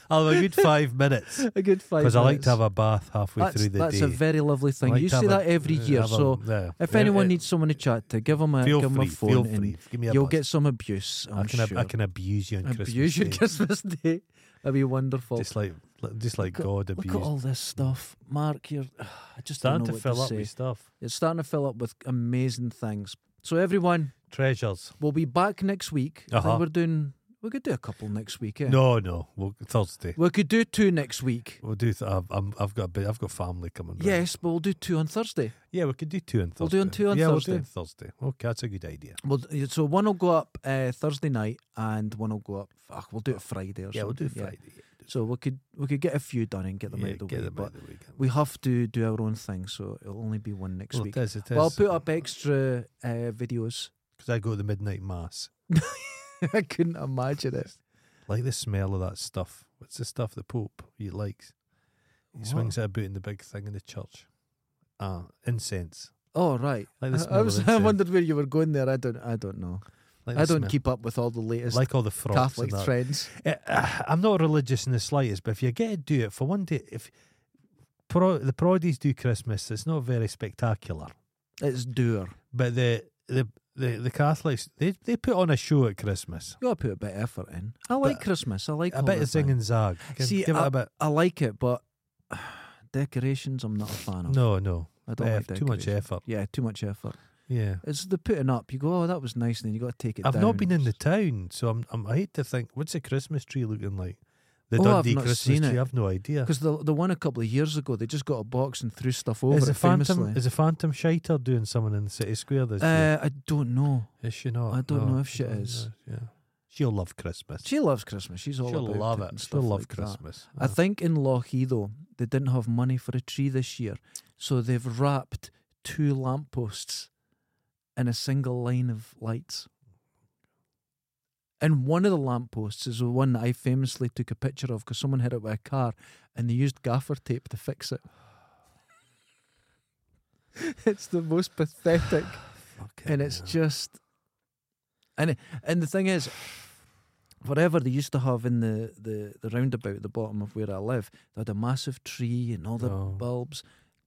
B: I'll have a good five minutes
A: *laughs* a good five.
B: because I like
A: minutes.
B: to have a bath halfway
A: that's,
B: through the
A: that's
B: day.
A: a very lovely
B: I
A: thing.
B: like
A: you
B: to
A: see
B: have
A: that
B: a- uh,
A: every year.
B: have a-
A: So
B: yeah.
A: if
B: Yeah,
A: anyone
B: yeah.
A: needs someone to chat to, give them a
B: feel
A: give 'em
B: free,
A: a phone,
B: feel free.
A: and
B: Give me a
A: you'll
B: buzz.
A: get some abuse. I'm
B: I can, ab-
A: sure.
B: I can abuse you on Christmas
A: abuse your
B: Day.
A: Christmas Day. That'd be wonderful.
B: just like, like- just like
A: at-
B: God
A: Look
B: abused.
A: at all this stuff, Mark. You're *sighs* I just
B: Starting
A: don't know
B: to
A: what
B: fill up
A: say.
B: with stuff,
A: It's starting to fill up with amazing things. So everyone,
B: treasures.
A: we'll be back next week. I
B: Uh-huh.
A: think we're doing. We could do a couple next week. Eh?
B: No, Oh, no, we'll, Thursday.
A: we could do two next week.
B: We'll do. Th- I've, I'm, I've got a bit. I've got family coming. round.
A: Yes, but we'll do two on Thursday.
B: Yeah, we could do two on Thursday.
A: We'll do on two on
B: yeah, we'll do on
A: Thursday.
B: Thursday. Okay, that's a good idea.
A: Well, th- so one will go up uh, Thursday night, and one will go up. Fuck, we'll do it Friday or something.
B: Yeah, we'll do Friday.
A: So we could we could get a few done and get them
B: Yeah,
A: out of the
B: get
A: way,
B: them out
A: but
B: of the weekend.
A: we have to do our own thing. So it'll only be one next
B: Well,
A: week.
B: it is. It is.
A: But I'll put up extra uh, videos. *laughs*
B: because I go to the midnight mass.
A: I couldn't imagine it.
B: Like the smell of that stuff. What's the stuff the Pope he likes? He swings out about in the big thing in the church. Ah, incense.
A: Oh right.
B: Like the
A: I- I,
B: smell
A: was,
B: of
A: I
B: incense.
A: wondered where you were going there. I don't. I don't know.
B: Like
A: I
B: the
A: don't
B: smell.
A: keep up with all the latest
B: like all the frogs.
A: Catholic
B: and that.
A: trends.
B: Eh, ah, I'm not religious in the slightest, but if you get to do it for one day, if pro, the Proddies do Christmas, it's not very spectacular.
A: It's doer.
B: But the the the, the Catholics they, they put on a show at Christmas.
A: You gotta put a bit of effort in. I like Christmas. I like
B: A
A: all
B: bit
A: the
B: of zing
A: time.
B: and zag. Can-
A: See,
B: give
A: I,
B: it a bit.
A: I like it, but *sighs* decorations I'm not a fan of.
B: No, no,
A: I don't
B: Eff-
A: like
B: too much
A: decorations.
B: effort.
A: Yeah, too much effort.
B: Yeah,
A: It's the putting up. You go, oh, that was nice, and then you got to take it.
B: I've
A: down.
B: not been in the town, so I'm, I'm I hate to think what's a Christmas tree looking like. The
A: Oh, I've
B: Dundee
A: not
B: Christmas
A: seen
B: tree.
A: it.
B: I've no idea.
A: because the the one a couple of years ago, they just got a box and threw stuff over
B: Is
A: it
B: the
A: famously.
B: Phantom is the Phantom Shiter doing someone in the city square this year?
A: uh, I don't know.
B: Is she not?
A: I don't
B: No,
A: know if she
B: don't
A: is.
B: know, Yeah, she'll love Christmas.
A: She loves Christmas. She's all
B: She'll
A: about
B: love
A: and
B: it.
A: stuff
B: She'll love
A: like that.
B: Christmas.
A: I think in Lochee though, they didn't have money for a tree this year, so they've wrapped two lampposts in a single line of lights. And one of the lampposts is the one that I famously took a picture of because someone hit it with a car and they used gaffer tape to fix it. *laughs* it's the most pathetic.
B: Fucking
A: and it's
B: hell.
A: just and it- and the thing is whatever they used to have in the, the, the roundabout at the bottom of where I live, they had a massive tree and all the
B: Oh.
A: bulbs.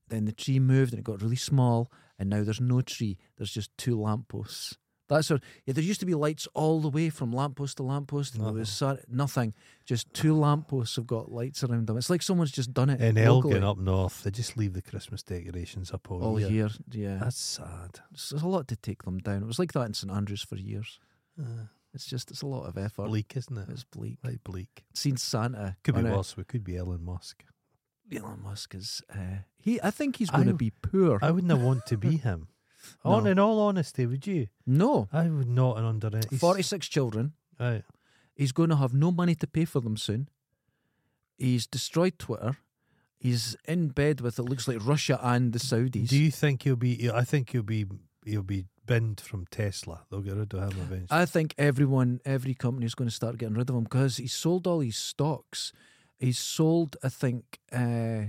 A: Then the tree moved and it got really small and now there's no tree. There's just two lampposts. That's what yeah, there used to be lights all the way from lamppost to lamppost and there was
B: Uh-huh.
A: sar- nothing. Just two lampposts have got lights around them. It's like someone's just done it.
B: in
A: locally
B: Elgin oh, up north, they just leave the Christmas decorations up all,
A: all
B: year.
A: year. Yeah.
B: That's sad.
A: It's a lot to take them down. It was like that in St Andrews for years.
B: Uh,
A: It's just it's a lot of effort.
B: bleak, isn't it?
A: It's bleak.
B: Right, bleak.
A: Seen Santa.
B: Could be
A: on a-
B: worse. We could be Elon Musk.
A: Elon Musk is. Uh, he. I think he's going to
B: I'm-
A: be poor.
B: I wouldn't want to be him.
A: *laughs*
B: On
A: No.
B: in all honesty, would you?
A: no.
B: I would not. An under
A: Forty-six children.
B: Right.
A: He's going to have no money to pay for them soon. He's destroyed Twitter. He's in bed with it looks like Russia and the Saudis.
B: Do you think he'll be? I think he'll be. He'll be binned from Tesla. They'll get rid of him eventually.
A: I think everyone, every company is going to start getting rid of him because he sold all his stocks. He's sold, I think, uh,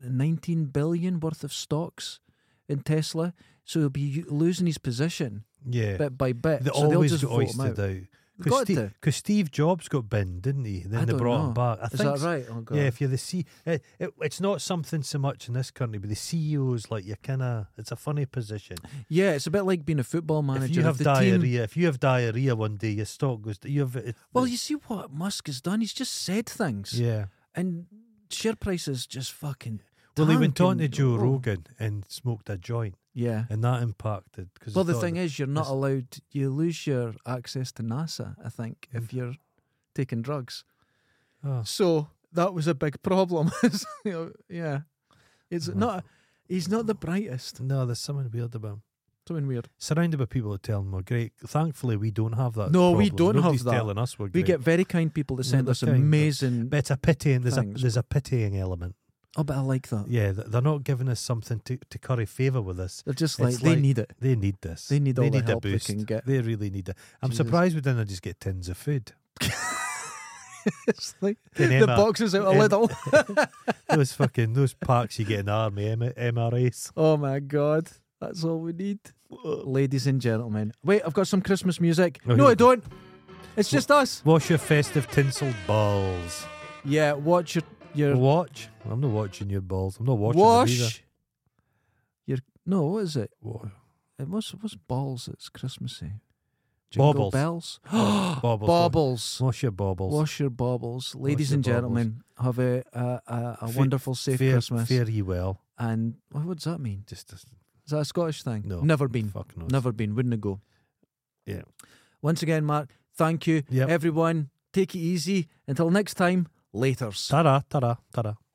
A: 19 billion worth of stocks in Tesla. So he'll be u- losing his position
B: yeah.
A: bit by bit.
B: They
A: so they'll
B: always
A: just
B: get
A: vote him out.
B: oysted out.
A: Got
B: Because
A: to.
B: Steve Jobs got binned, didn't he? Then
A: I
B: they
A: don't
B: brought
A: know.
B: him back. I
A: Is
B: think
A: that
B: s-
A: right? Oh, God.
B: Yeah, if you're the C, it, it, it's not something so much in this country, but the CEO's like you're kind of. It's a funny position.
A: Yeah, it's a bit like being a football manager.
B: if you have
A: the
B: diarrhea,
A: Team,
B: if you have diarrhea one day, your stock goes. You have. It,
A: well, you see what Musk has done? He's just said things.
B: yeah.
A: And share prices just fucking.
B: Well, he
A: tank
B: went on
A: and-
B: to Joe
A: oh,
B: Rogan and smoked a joint,
A: Yeah.
B: and that impacted. Cause
A: Well, the thing is, you're not
B: it's-
A: allowed. You lose your access to NASA, I think, if you're taking drugs. Mm.
B: Ah.
A: So that was a big problem. *laughs* You know, yeah, it's not. He's not the brightest.
B: no, there's something weird about him.
A: Something weird.
B: Surrounded by people who tell him we're great. Thankfully, we don't have that.
A: No, we
B: problem.
A: don't have
B: Nobody's
A: that.
B: telling us we're
A: We
B: great.
A: get very kind people that send
B: they're
A: us
B: kind, but-
A: amazing.
B: But it's a pity, and there's
A: Thanks.
B: a there's a pitying element.
A: Oh, but I like that.
B: Yeah, th- they're not giving us something to, to curry favour with us.
A: They're just
B: It's
A: like they
B: like-
A: need it.
B: They need this.
A: They need all the
B: need
A: help
B: a
A: they
B: boost.
A: can get.
B: They really need it. I'm
A: Jesus.
B: surprised we didn't just get tins
A: *laughs*
B: of food.
A: *laughs* it's like *laughs*
B: Can
A: the
B: Emma-
A: boxes out a
B: Emma- *laughs*
A: little.
B: Those fucking those packs you get in the army, M- MRAs.
A: oh my god, that's all we need, ladies and gentlemen. Wait, I've got some Christmas music.
B: Oh,
A: no,
B: here
A: I
B: we go.
A: don't. It's just us.
B: Wash your festive tinselled balls.
A: Yeah, watch your your
B: Watch. I'm not watching your balls. I'm not watching them
A: *gasps*
B: either.
A: wash. Your no, what is it?
B: Wa-
A: It was was balls. It's Christmassy. Jingle
B: Baubles.
A: bells.
B: Baubles.
A: Baubles.
B: Wash your baubles.
A: Wash your baubles, ladies
B: your
A: and
B: baubles.
A: gentlemen. Have a a, a, a
B: Fa-
A: wonderful, safe
B: fare,
A: Christmas.
B: Fare ye well.
A: And what, what does that mean?
B: Just just-
A: Is that a Scottish thing?
B: no.
A: never been.
B: Fuck no.
A: Never been. Wouldn't it go?
B: Yeah.
A: Once again, Mark. Thank you,
B: Yep.
A: everyone. Take it easy. Until next time. Later's.
B: Ta-ra, ta-ra, ta-ra.